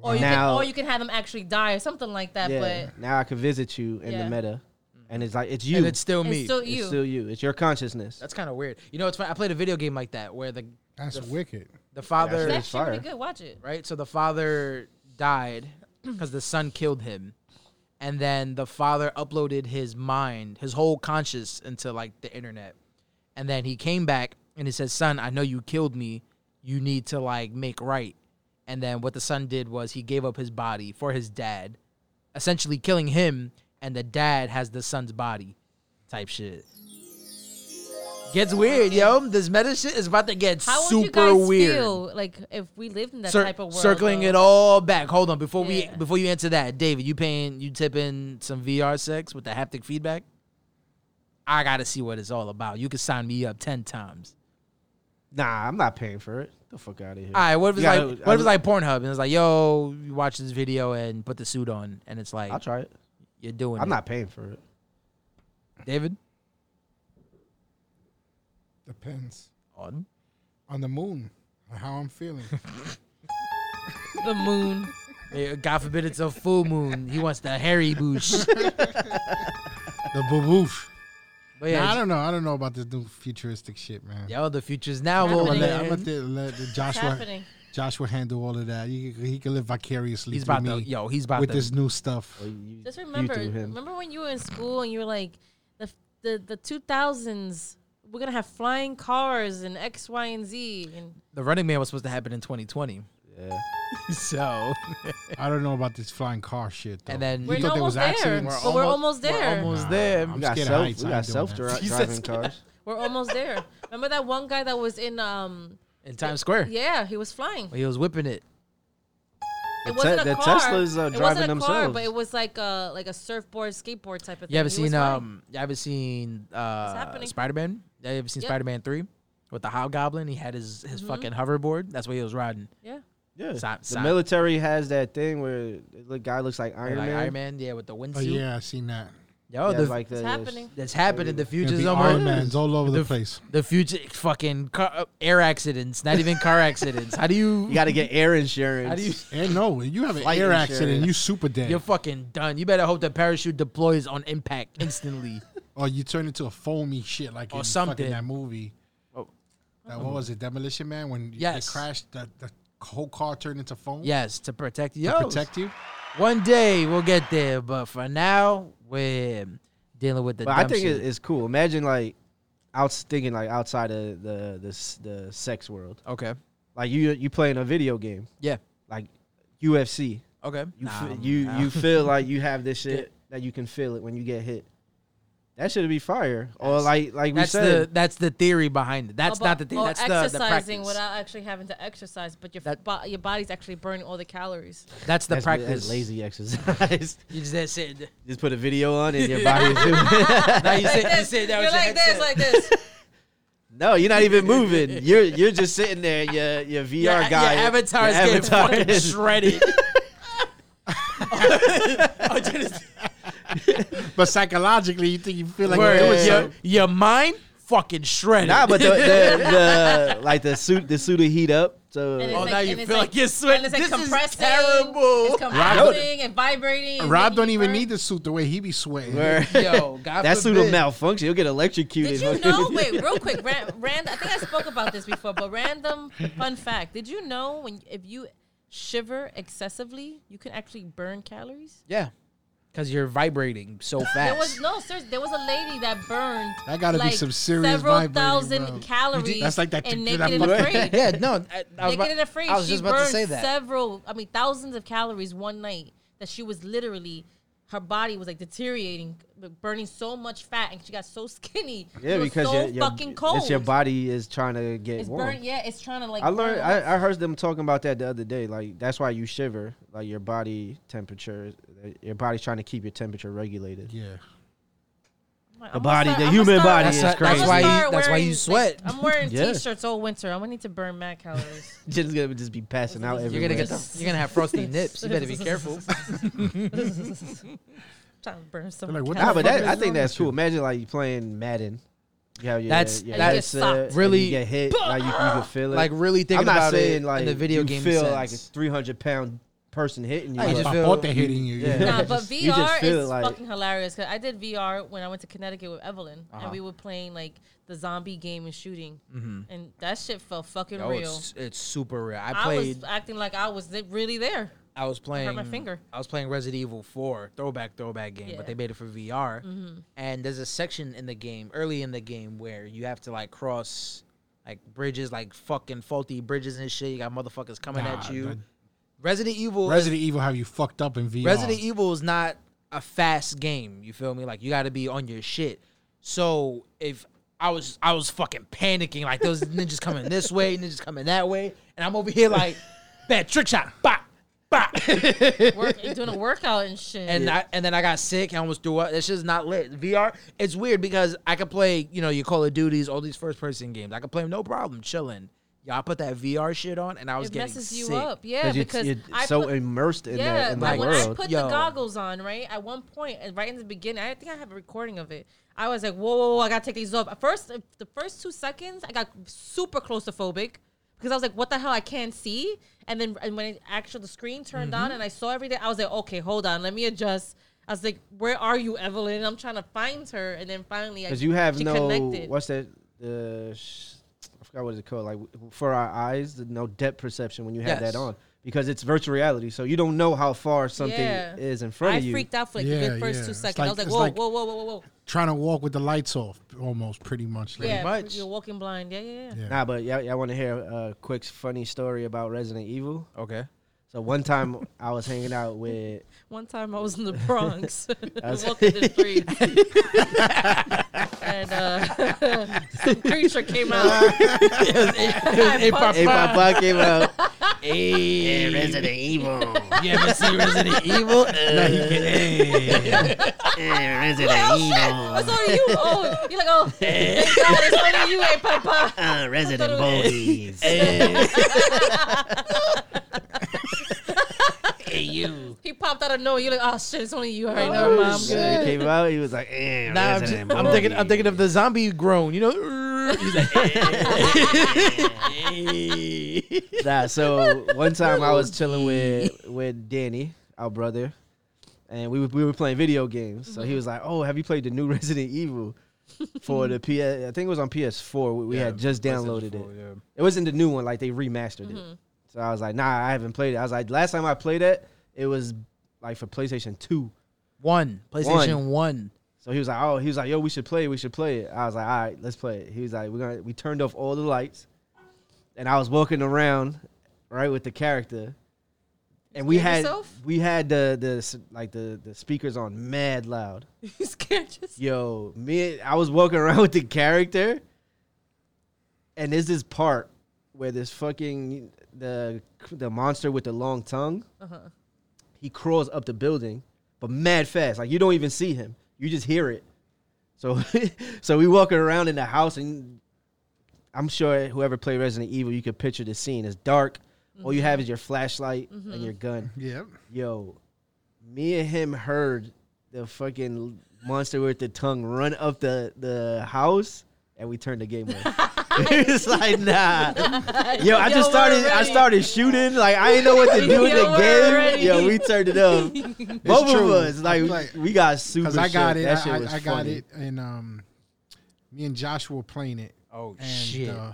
Or you Now- can, or you can have them actually die or something like that. Yeah. now I can visit you in Yeah. the meta, and it's like it's you. and it's still But me. it's still It's you. still you. It's your consciousness. That's kind of weird. You know, it's funny. I played a video game like that where the That's wicked. the father it's That's actually pretty fire. good. Watch it. right? So the father died because the son killed him. And then the father uploaded his mind, his whole conscious into like the internet. And then he came back and he says, Son, I know you killed me. You need to like make right. And then what the son did was he gave up his body for his dad, essentially killing him. And the dad has the son's body type shit. Gets weird, yo. This meta shit is about to get How would you super guys weird feel like if we lived in that cir- type of world? circling though? it all back. Hold on, before Yeah. we before you answer that, David, you paying you tipping some VR sex with the haptic feedback? I gotta see what it's all about. You can sign me up ten times. Nah, I'm not paying for it. the fuck out of here. All right, what if it's Yeah, like I- what if I- it's like Pornhub and it's like, yo, you watch this video and put the suit on, and it's like I'll try it. you're doing. I'm it. not paying for it. David. Depends On on the moon, on how I'm feeling. The moon. Eh, God forbid it's a full moon. He wants the hairy boosh. the baboof. But yeah, Nah, I it's- don't know. I don't know about this new futuristic shit, man. yo, the future's now. Happening. I'm gonna Rolling. let, I'm gonna th- let the It's Joshua happening. Joshua handle all of that. He, he can live vicariously He's through about to. me Yo, he's about with to. this new stuff. Well, you- Just you remember, through him. remember when you were in school and you were like, the the the two thousands. We're gonna have flying cars and X, Y, and Z. And the Running Man was supposed to happen in 2020. Yeah. So I don't know about this flying car shit. Though. And then- You we're thought there almost was there, accidents? but we're almost there. We're almost, almost there. I'm We got scared of self. heights. We I got ain't doing self that. dri- Jesus driving cars. there. Remember that one guy that was in um in Times Square. yeah he was flying. He was whipping it. It wasn't Te- a the car. Teslas are it wasn't a driving car, themselves. but it was like a like a surfboard, skateboard type of thing. You haven't It was seen fine. um you haven't seen uh happening. Spider Man? You ever seen Yep. Spider Man three? With the hobgoblin, he had his, Mm-hmm. his fucking hoverboard. That's what he was riding. Yeah. Yeah, Side- the side. military has that thing where the guy looks like Iron like Man. Iron Man, Oh, yeah, with the Oh, windsuit. yeah, I seen that. Yo, Yeah, the, like the, It's happening. that's happening. The It's future's be almost Iron Man's all over the, place. the future. Fucking car, uh, air accidents, not even car accidents. How do you? You got to get air insurance. how do you? And no, when you have an Flight air insurance. accident, you super dead, You're fucking done. You better hope the parachute deploys on impact instantly. or you turn into a foamy shit like Or in something. fucking that movie. Oh. That, what was it, Demolition Man? When Yes. yes. crashed, the, the whole car turned into foam. yes, to protect you. to protect you. One day we'll get there, but for now we're dealing with the. but I think dumb it, shit. it's cool. Imagine like out thinking like outside of the the s- the sex world. okay. Like you you playing a video game Yeah. like UFC. Okay. You Nah, fe- I'm- you nah. you feel like you have this Get- shit that you can feel it when you get hit. That should be fire. Or like like we that's the said, that's the theory behind it. That's About- not the thing. or That's the, the Oh, exercising practice. without actually having to exercise, but your That- bo- your body's actually burning all the calories. that's the that's, practice. that's lazy exercise. You just that's it. Just put a video on and your body is doing. Now you Like said you this. said that You're was your like this, headset. like this. No, you're not even moving. You're you're just sitting there. Your your VR your, your guy. avatar's your getting avatar fucking is- shredded. Oh, just- But psychologically, you think you feel like Word. you're doing your, something. your mind fucking shredded. Nah, but the, the, the like the suit the suit will heat up. So And Oh, it's now like- you and it's feel like you're sweating. and it's like This is compressing, terrible. It's compressing and vibrating. and Rob then don't you even burn. need the suit the way he be sweating. Where- yo, God that suit will forbid. malfunction. You'll get electrocuted. Did you know? Wait, real quick, ran, ran, I think I spoke about this before, but random fun fact: Did you know when if you shiver excessively, you can actually burn calories? Yeah, because you're vibrating so There fast. was no, seriously, there was a lady that burned. That gotta be like, some serious several vibrating, thousand bro. You calories. think- that's like that- And that naked and fucking- afraid. yeah, no, I, I was Naked about, and afraid. I was she just burned about to say that. several, I mean, thousands of calories one night that she was literally, her body was like deteriorating, but burning so much fat, and she got so skinny. Yeah, it was because so your, your, fucking cold. It's your body is trying to get It's warm. burnt. Yeah, it's trying to like. I burn learned. off. I, I heard them talking about that the other day. Like that's why you shiver. Like your body temperature. Your body's trying to keep your temperature regulated. Yeah. I'm like, the I'm gonna body, start- the I'm gonna human start- body That's is why- that's crazy. I'm why gonna you- start that's why you like, sweat. I'm wearing Yeah. t-shirts all winter. I'm gonna need to burn mad calories. just gonna just be passing out You're everywhere. gonna get the, you're gonna have frosty nips. You better be careful. trying to burn some. They're like, what the Nah, calories. but fuck that, is I think wrong that's with cool. you? Imagine like you playing Madden. You have your, That's- your that's headset, socked. and Really- you get hit. Like you, you can feel it. Like really I'm thinking not about saying it like in the video you game feel sense. like a 300 pound person hitting you. I but- Like, just if I feel- thought they hitting you. Yeah. Yeah. Nah, Nah, but You just VR feel is like- fucking hilarious. Cause I did VR when I went to Connecticut with Evelyn, Uh-huh. and we were playing like the zombie game and shooting, and that shit felt fucking Mm-hmm. Yo, real. oh, it's, it's super real. I I, played. was acting like I was th- really there. I was playing. my finger. I was playing Resident Evil 4, throwback, throwback game, Yeah. Mm-hmm. but they made it for VR. And there's a section in the game, early in the game, where you have to like cross like bridges, like fucking faulty bridges and shit. You got motherfuckers coming Nah, at you. that- Resident Evil. is- Resident Evil have you fucked up in VR. Resident E- Evil is not a fast game. You feel me? Like you got to be on your shit. So if I was, I was fucking panicking. Like those ninjas coming this way, ninjas coming that way, and I'm over here like, bad trick shot, bop, bop. Work, doing a workout and shit. and I, and then I got sick. I almost threw up. That's just not lit. VR. It's weird because I could play, you know, your Call of Duties, all these first person games. I could play them no problem, chilling. Yeah, I put that VR shit on, and I was it getting messes sick. you up. Yeah, you're- because you're I so put, immersed in yeah, that in like that when I world. put Yo. the goggles on, right? At one point, and right in the beginning, I think I have a recording of it. I was like, whoa, whoa, whoa, I gotta take these off. At First, uh, the first two seconds, I got super claustrophobic because I was like, what the hell? I can't see. And then, and when it actually the screen turned Mm-hmm. on and I saw everything, I was like, okay, hold on, let me adjust. I was like, where are you, Evelyn? I'm trying to find her. And then finally, I Because you have she no connected. what's that? The sh- I forgot what it's called. Like w- for our eyes, the no depth perception when you have Yes. that on because it's virtual reality, so you don't know how far something Yeah. is in front I of you. freaked out for like the Yeah, good first yeah. two It's seconds. like- I was like, it's whoa, like- whoa, whoa, whoa, whoa, whoa. Trying to walk with the lights off, almost pretty much. like- Yeah, much. you're walking blind. Yeah, yeah, yeah. Yeah. Nah, but y'all, y'all want to hear a quick funny story about Resident Evil? Okay. So one time I was hanging out with One time I was in the Bronx was- walking the streets, and uh, some creature came out. It was- it was- it I popped Hey, up. my came out. Hey, Resident Evil. you ever see Resident Evil? Uh, Eh, Resident I Evil. saw you. Oh, you're like, oh, thank God, it's only you, eh, Papa. Uh, Resident Bodies. hey. Hey, you. He popped out of nowhere. You're like, oh shit, it's only you. All right, never mind. I'm good. He came out. He was like, eh, Nah, I'm, just, Resident I'm thinking. I'm thinking of the Bodies. zombie groan. You know, he's like, hey. nah, so one time I was chilling with with Danny, our brother, and we were, we were playing video games. So he was like, "Oh, have you played the new Resident Evil for the PS? I think it was on PS4. We, we had just downloaded it. It wasn't the new one, like they remastered it. So I was like, "Nah, I haven't played it." I was like, "Last time I played it, it was like for PlayStation Two. one PlayStation One. So he was like, oh, he was like, yo, we should play it, we should play it. I was like, all right, let's play it. He was like, we're gonna, we turned off all the lights, and I was walking around, right with the character, and we scared had yourself? we had the the s- like the the speakers on mad loud. You scared just. Yo, me, I was walking around with the character, and there's this part where this fucking the the monster with the long tongue, he crawls up the building, but mad fast. Like you don't even see him, you just hear it. So, so we walking around in the house, and I'm sure whoever played Resident Evil, you could picture the scene. It's dark. All you have is your flashlight and your gun. Yep. Yo, me and him heard the fucking monster with the tongue run up the, the house, and we turned the game off. it's like nah. Yo, Yo, I just we're started. I ready. started shooting. Like I didn't know what to do in Yo, the we're game. ready. Yo, we turned it off. Both of true. us, like, Like, we got super. Because I got shook. it. That shit I, was I, I got funny. it. And um, me and Josh were playing it. Oh and, Uh,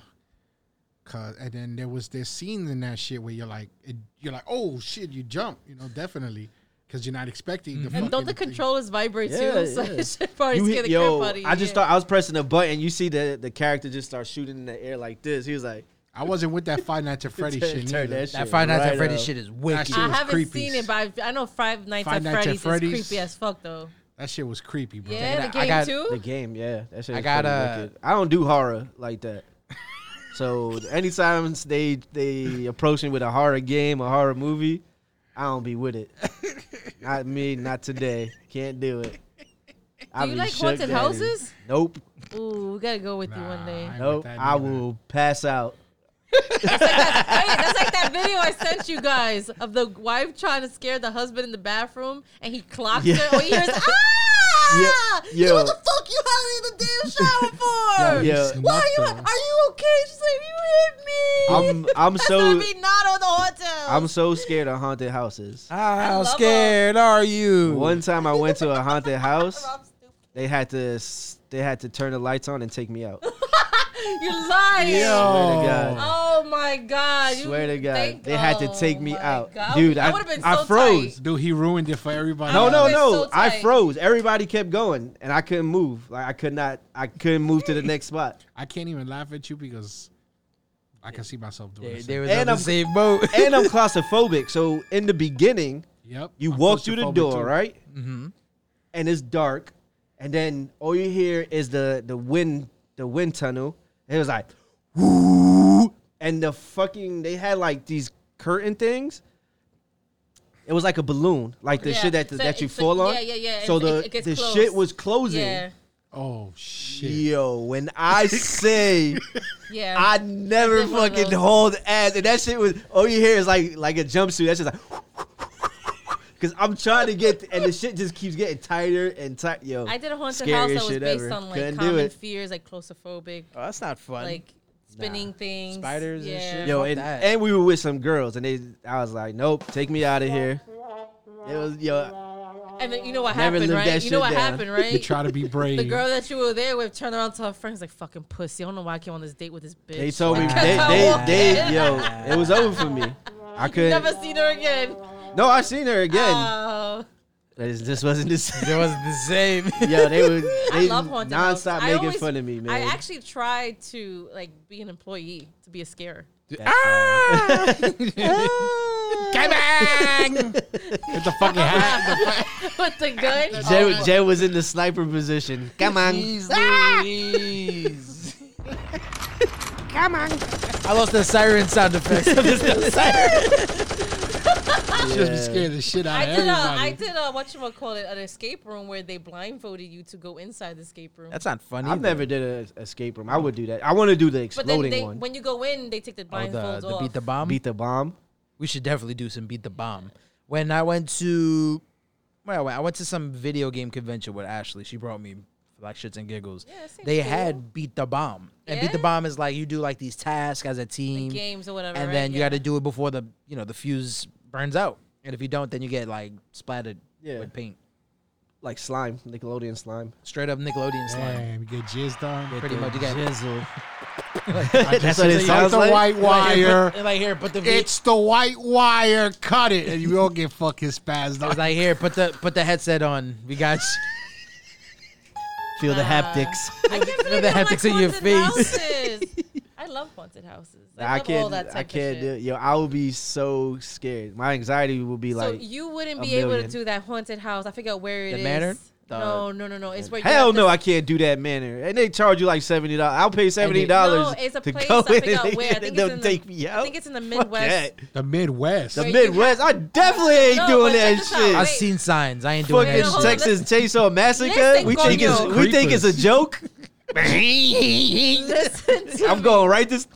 Cause and then there was this scene in that shit where you're like, it, you're like, oh shit, you jump, you know, definitely, because you're not expecting the. And don't the fucking thing. controllers vibrate Yeah, too? So yeah. it should probably You scare hit- the yo, crap out of you. I just yeah. thought I was pressing a button. You see the the character just start shooting in the air like this. He was like, I wasn't with that Five Nights at Freddy Turn- shit. turn neither. that that shit Five Nights right at Freddy's up. shit is wicked. shit I was haven't seen creepies. it, but I've, I know Five Nights, Five at, Nights at Freddy's Freddy's. is creepy as fuck though. That shit was creepy, bro. Yeah, that. the I game got- The too. game, yeah. That shit I I got, got uh, I don't do horror like that. so anytime they they approach me with a horror game, a horror movie, I don't be with it. not me, not today. Can't do it. I you be like shook haunted daddy. houses? Nope. Ooh, we gotta go with you one Nah, day. I ain't with Nope. that I neither. will pass out. Hey, that's like that video I sent you guys of the wife trying to scare the husband in the bathroom, and he clocks Yeah. her. All you hear is ah! Yeah, Yo, what yeah. the fuck you hiding in the damn shower for? Yeah. Why are you? Snuck Are her. you okay? She's like, you hit me. I'm I'm that's gonna so be not on the hotel. I'm so scared of haunted houses. How love scared are you? One time I went to a haunted house. Rob's stupid. They had to s- they had to turn the lights on and take me out. You're lying. Swear to God. Oh my God! You Swear to God, think- they had to oh take me my out, God. dude. I, I would've been I so froze. tight. Dude, he ruined it for everybody. No, I no, would've been no. Oh, so I tight. froze. Everybody kept going, and I couldn't move. Like I could not. I couldn't move to the next spot. I can't even laugh at you because I can see myself doing They, this. they was And on the I'm- same boat. And I'm claustrophobic. So in the beginning, Yep. you I'm walk through the claustrophobic door, too. right? Mm-hmm. And it's dark, and then all you hear is the the wind the wind tunnel. And it was like, woo, and the fucking they had like these curtain things. It was like a balloon, like the Yeah, shit that so that you it's like- fall on. yeah, yeah, yeah, So it- the it gets the closed. shit was closing. Yeah, Oh shit. Yo, when I say yeah. I never did one of fucking those. hold ass, and that shit was all you hear is like like a jumpsuit. That's just like because I'm trying to get, and the shit just keeps getting tighter and tight. Yo, I did a haunted Scariest house that was shit based ever. on like Couldn't do common it. fears, like claustrophobic, oh, that's not fun. like spinning things, Spiders and shit. yo, fuck and, that. and we were with some girls, and they, I was like, nope, take me out of here. It was yo, And then you know what Never happened, lived right? that You know what shit down. happened, You right? try to be brave. the girl that you were there with turned around to her friends like fucking pussy. I don't know why I came on this date with this bitch. they told me Like, they I they, walked they in. yo, it was over for me. I couldn't. Never seen her again. No, I seen her again. Oh, this, this wasn't the same. it wasn't the same. Yo, they were I they love haunted houses. nonstop I making always- fun of me, man. I actually tried to like be an employee to be a scarer. Ah! Gang bang! Get the fucking Ah! hat. With the gun. Jay, Jay was in the sniper position. Come on. Jeez Louise. Come on. I lost the siren sound effects. Just be scared the shit out I of did a, everybody. I did a what you call it an escape room where they blindfolded you to go inside the escape room. That's not funny. I've either. never did an escape room. I would do that. I want to do the but then exploding they, one. when you go in, they take the Oh, blindfolds the, the off. beat the bomb. Beat the bomb. we should definitely do some beat the bomb. When I went to, where I went, I went to some video game convention with Ashley. She brought me for like shits and giggles. Yeah, that seems they cool. had beat the bomb, and beat the Yeah? bomb is like you do like these tasks as a team, games or whatever. and right? then you Yeah. got to do it before the you know the fuse burns out, and if you don't, then you get like splattered Yeah. with paint, Like slime. Nickelodeon slime. straight up Nickelodeon slime. Damn, you get jizz done. Pretty much, you got That's what it It's like sounds the like. white Like here, wire. put, like here, put the It's the white wire. Cut it, and you all get fucking spazzed It's on. like here, put the put the headset on. We got you. Feel the haptics. I can't believe the I like haptics in your haunted face. houses. I love haunted houses. I, I love all can't. that type I can't of do. shit. Yo, I would be so scared. My anxiety would be So like. you wouldn't a be able to million. do that haunted house. I forget where it The is. manor? The- no, no, no, no. It's where Hell you have no, to- I can't do that manner. And they charge you like seventy dollars. I'll pay seventy dollars No, it's a to place, go I in. forgot and where. I think it's they'll in the- take me I out. think it's in the Fuck Midwest. that. The Midwest. The Where you have- Midwest. I definitely ain't No, doing but check that this out. I've Wait. shit. seen signs. I ain't doing Fucking that hold on, shit. Texas Chainsaw Massacre. Listen, We think it's Coño. we think it's a joke. Listen to I'm going right this.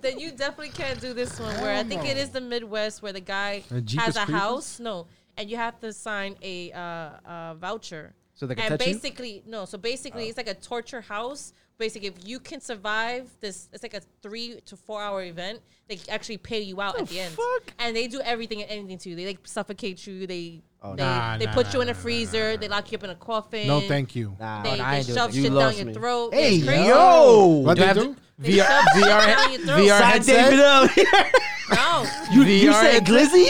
then you definitely can't do this one where I think it is the Midwest where the guy Uh, Jeepers has a Creepers? house. No, and you have to sign a uh, uh, voucher. So they can and touch you? basically no. So basically, it's like a torture house. Basically, if you can survive this, it's like a three to four hour event. They actually pay you out at the end, fuck? and they do everything and anything to you. They like suffocate you. They they, Nah, they nah, put nah, you in a nah, nah, freezer. They lock you up in a coffin. No, thank you. They, I they ain't doing shove that. You shit down lost your me. throat. Hey It's crazy. yo, What Do I they have do? to- VR shove shit down your VR throat. VR Sign I headset. David up. No. You, You said glizzy.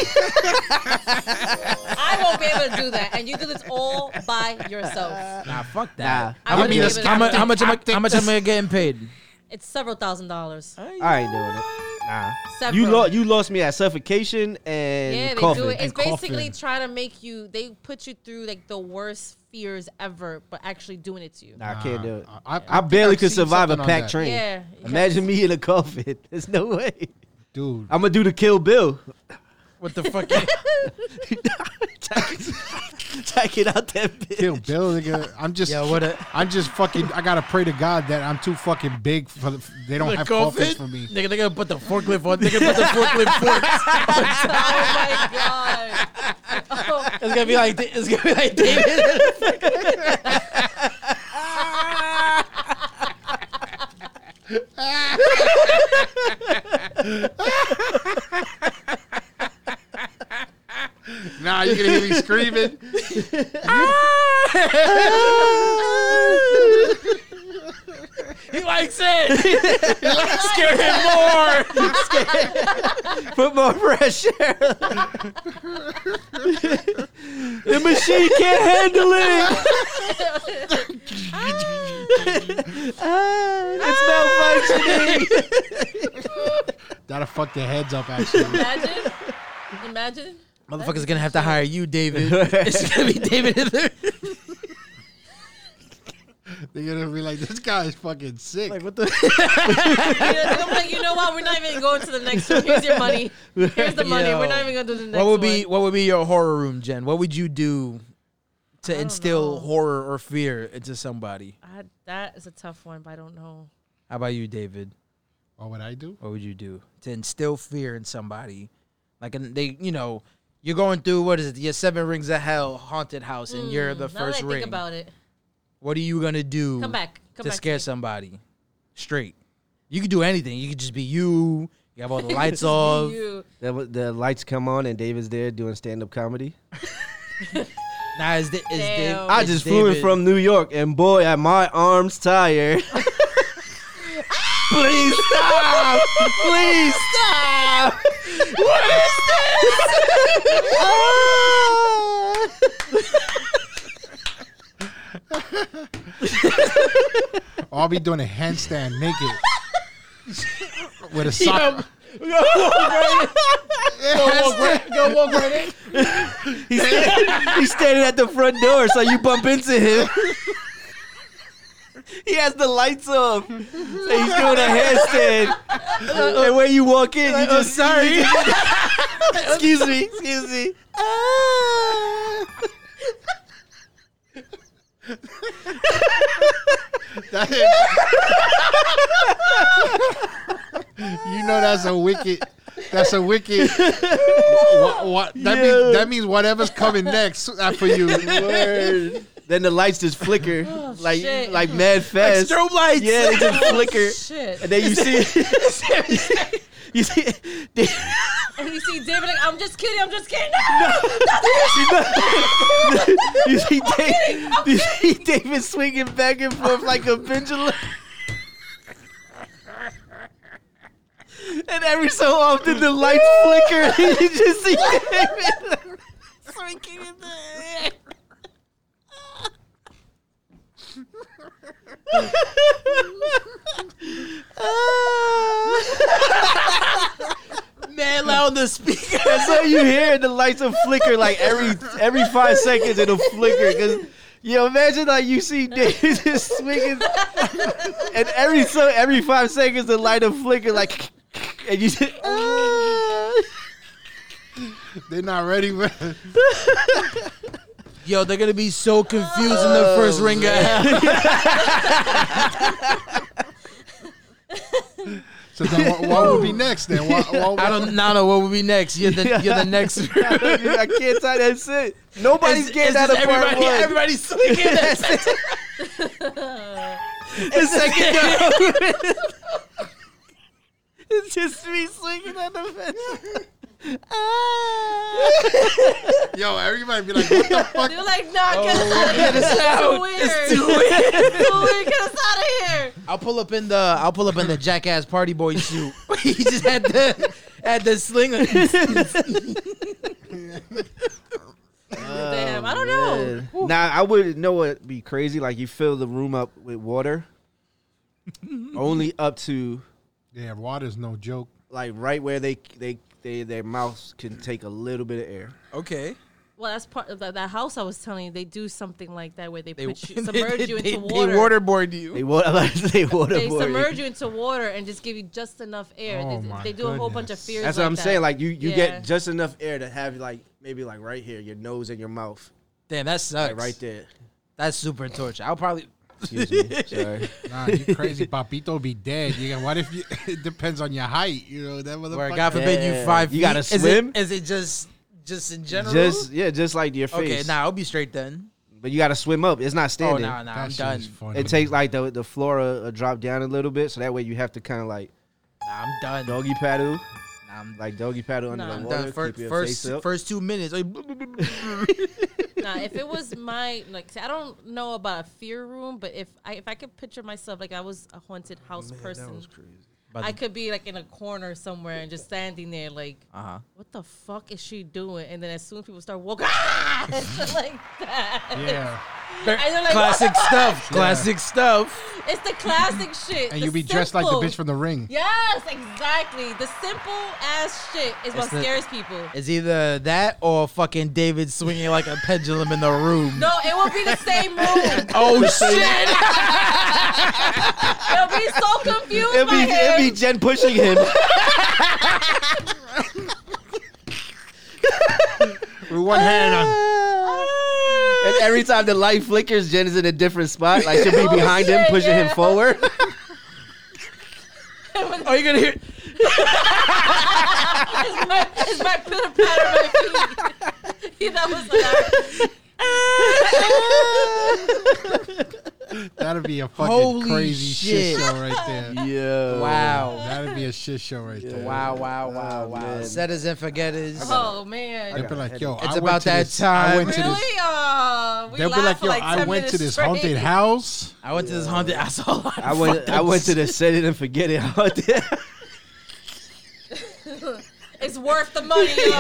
I won't be able to do that. And you do this all by yourself. Nah, fuck that. I How, wouldn't much, be able to how, much, do how that. much am I? How much am I getting paid? It's several thousand dollars. I ain't doing it. Nah. Several. You lost. You lost me at suffocation Yeah, and they coffin. do it. It's and coffin. basically trying to make you. They put you through like the worst fears ever, but actually doing it to you. Nah, I can't do it. I, I, think barely I've could seen survive a something on packed that. train. Yeah, you Imagine me in a coffin. There's no way. dude. I'm gonna do the Kill Bill. What the fuck? Check it out that bitch. Kill Bill, nigga. I'm just, Yo, what a- I'm just fucking. I gotta pray to God that I'm too fucking big for. The, they don't The have coffin? coffins for me. Nigga, they gonna put the forklift on. They gonna put the forklift forks. Oh my god! Oh, It's gonna be like it's gonna be like David. Nah, you can hear me screaming. He likes it. Scare him more. Put more pressure. the machine can't handle it. Ah, it's malfunctioning. That'll fuck their heads up. Actually, imagine, imagine. Motherfucker's gonna have to hire you, David. It's gonna be David in there. they're gonna be like, "This guy is fucking sick." what the? I'm like, you know what? We're not even going to the next one. Here's your money. Here's the money. Yo. We're not even going to do the next What would be one. what would be your horror room, Jen? What would you do to instill horror or fear into somebody? I, that is a tough one, but I don't know. How about you, David? Oh, what would I do? What would you do to instill fear in somebody? Like, and they, you know, you're going through what is it? Your seven rings of hell haunted house, and you're the Mm, Now that I first think ring. about it, What are you gonna do? come back. Come to back scare me. somebody. Straight. You could do anything. You could just be you. You have all the lights off. You. The, the lights come on and David's there doing stand up comedy. Nah, is, da- is Dave, Damn. I is just flew in David- from New York, and boy, are my arms tired. Please stop! Please stop! What is Or this? Oh, I'll be doing a handstand naked with a sock. Go walk right in. he's, standing, he's standing at the front door, so you bump into him. He has the lights up. and he's doing a handstand. and when you walk in, you just sorry. excuse me, excuse me. That is- you know that's a wicked. That's a wicked. What, what, that, Yeah. means, that means whatever's coming next uh, for you. Word. Then the lights just flicker like shit. like mad fast. strobe lights. yeah, they just flicker. Shit. And then you see, you see, they- And you see David like, I'm just kidding, I'm just kidding. No! you see, Dave, you see David swinging back and forth like a pendulum. And every so often the lights flicker and you just see David swinging in the air. man loud the speaker. That's how you hear the lights will flicker like every every five seconds it'll flicker because yo imagine like you see David just swinging and every so every five seconds the light will flicker like and you just They're not ready. For, Yo, they're gonna be so confused in the Oh, first ring of hell. so then what, what would be next then? What, what, I don't, I don't know what would be next. You're the, you're the next. I can't tie that shit. Nobody's It's- getting it's out of just part everybody, one. Everybody's swinging. That's it. the second down. it's just me swinging at the fence. Yo, everybody be like, what the fuck? They're like, nah, get us out of here. Oh, This is too weird. It's too weird. Get us out of here. I'll pull up in the I'll pull up in the jackass party boy suit. he just had the had the sling. Oh, Damn, I don't know. Nah, I would know it'd be crazy. Like you fill the room up with water, only up to Yeah, water's no joke. like right where they they they their mouths can take a little bit of air. okay. Well, that's part of that, that house I was telling you. They do something like that where they, They, put you, submerge they, you into they, water. They waterboard you. They water they water They submerge you into water and just give you just enough air. Oh they, my they do a whole bunch of goodness. fears. That's like what I'm that. saying. Like you you Yeah. get just enough air to have like maybe like right here, your nose and your mouth, Damn, that sucks. like right there. That's super torture. I'll probably. Excuse me. Sorry. Nah, you crazy. Papito be dead. You got, what if you, it depends on your height? You know, that motherfucker. Where God forbid you Yeah. five. You gotta feet. swim? Is it, is it just just in general? Just yeah, just like your okay. face. Nah, I'll be straight then. But you gotta swim up. It's not Oh standing. nah, nah, That I'm shit done. is funny. It takes like the the flora uh, drop down a little bit, so that way you have to kind of like Nah, I'm done. doggy paddle, Nah, I'm, like doggy paddle under Nah, the I'm I'm water. done. Fir- keep your first face up. first two minutes. like, Nah, if it was my like, see, I don't know about a fear room, but if I if I could picture myself like I was a haunted house person, I could be like in a corner somewhere and just standing there like, Uh-huh. what the fuck is she doing? And then as soon as people start walking, ah! It's like that. Yeah. And they're like, Classic "What the stuff. Classic stuff. fuck?" It's the classic shit. And the you be dressed like the simple. bitch from the ring. Yes, exactly. The simple ass shit is what It's the- scares people. It's either that or fucking David swinging like a pendulum in the room. No, it will be the same room. Oh shit! It'll be so confused It'd by be him. it'd be Jen pushing him. With one hand on. and every time the light flickers, Jen is in a different spot. Like she'll be Oh, behind him, shit, pushing him yeah. forward. Are you gonna hear? It's my, it's my pitter patter, my feet. that was hilarious. That'd be a fucking Holy crazy shit. shit. show right there. yeah. Wow. That'd be a shit show right there. Wow, wow, wow, wow. Oh, man. Setters and forgetters. Oh man. They'd be like, yo, I It's went about to that this, time. I went to Really? this. Uh, we They'll be laughed like, for yo, like I 10 went to minutes this straight. haunted house. I went to this haunted. I saw. A lot of I went I fucked went up to the set it and forget it out there. It's worth the money. Yo.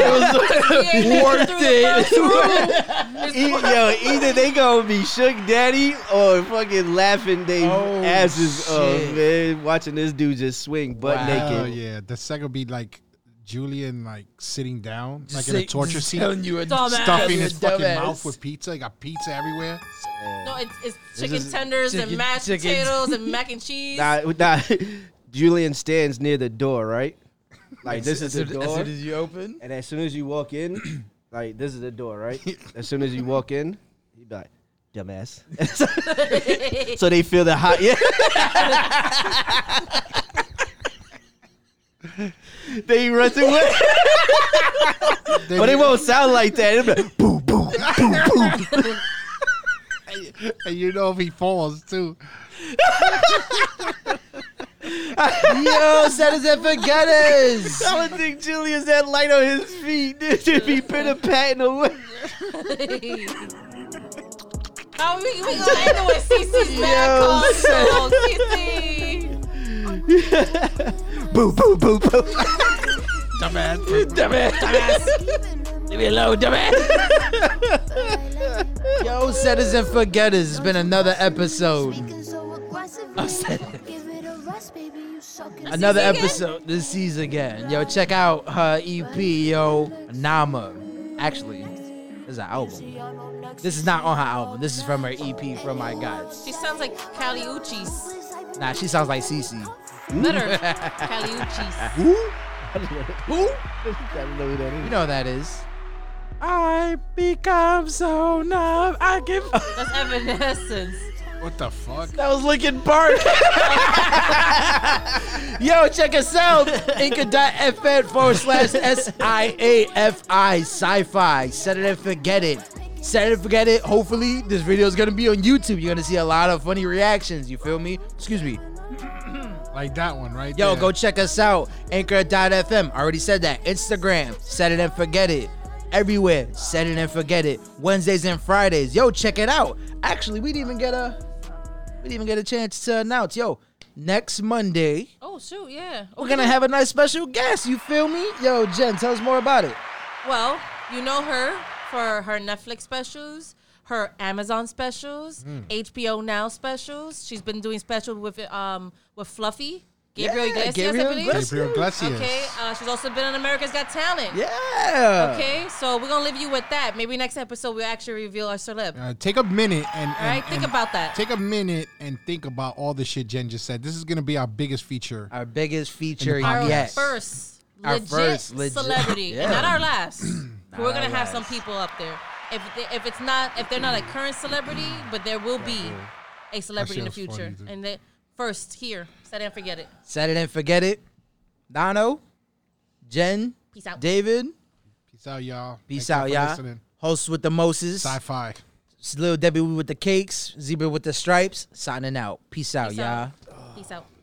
Worth it. E- yo, either they gonna be shook daddy or fucking laughing they Oh, asses off, shit. man. Watching this dude just swing butt Wow. Oh naked. yeah, the second would be like Julian like sitting down, like Just in a say- torture just scene, telling you "Oh, a Dumbass. stuffing his Dumbass. fucking mouth with pizza. He got pizza everywhere. No, it's, it's This chicken is- tenders Chicken- and mashed chicken- potatoes and mac and cheese. Nah, nah. Julian stands near the door, right? Like this As is the soon- As door, soon as you open, and as soon as you walk in, like this is the door, right? As soon as you walk in, he be like, "Dumbass." so they feel the hot, yeah. they rush away, Then but it you- won't sound like that. It'll be like, "Boo, boo, boo, boo." And you know if he falls too. yo, setters and forgetters. I don't think Julius had light on his feet. Dude, he been a patting away. How Oh, we, we gonna end it with CC's bad Yo, call? son. So, CC. boo, boo, boo, boo. Leave me alone, dumbass. Yo, setters and forgetters. It's been another episode. Another again? episode this season again. Yo, check out her EP, yo, Nama. Actually, this is an album. This is not on her album. Oh, This is from her EP, From My Gods. She sounds like Caliuchis. Nah, she sounds like Cece. Better. Caliuchis. Who? I don't know who that You is. know who that is. I become so numb. I give. That's Evanescence. What the fuck? That was Linkin Park. Yo, check us out. Inca.fm forward slash S I A F I sci fi. Set it and forget it. Set it and forget it. Hopefully, this video is going to be on YouTube. You're going to see a lot of funny reactions. You feel me? Excuse me. Like that one, right? Yo, there. go check us out. Anchor.fm. Already said that. Instagram. Set it and forget it. Everywhere. Set it and forget it. Wednesdays and Fridays. Yo, check it out. Actually, we didn't even get a we didn't even get a chance to announce. Yo, next Monday, Oh, shoot, yeah. we're gonna have a nice special guest. You feel me? Yo, Jen, tell us more about it. Well, you know her for her Netflix specials, her Amazon specials, Hmm. HBO Now specials. She's been doing special with um with Fluffy. Gabriel Yeah, Iglesias, Gabriel I believe. Iglesias. Gabriel Iglesias. Okay, uh, she's also been on America's Got Talent. Yeah. Okay, so we're gonna leave you with that. Maybe next episode we'll actually reveal our celeb. Uh, take a minute and, and- All right, think and- about that. Take a minute and think about all the shit Jen just said. This is gonna be our biggest feature. Our biggest feature And the our podcast. yet. first Our legit first legit- celebrity, Yeah. not our last. We're gonna our have some last. people up there. If they, if it's not if they're not a current celebrity, but there will be a celebrity in the That shit was future, funny, dude. and they first here. Set and forget it. Set it and forget it. Dono, Jen, Peace out. David. Peace out, y'all. Peace Thank out, you for y'all. listening. Hosts with the Moses. Sci-fi. It's Little Debbie with the cakes, Zebra with the stripes, signing out. Peace out, Peace y'all. out. Peace out.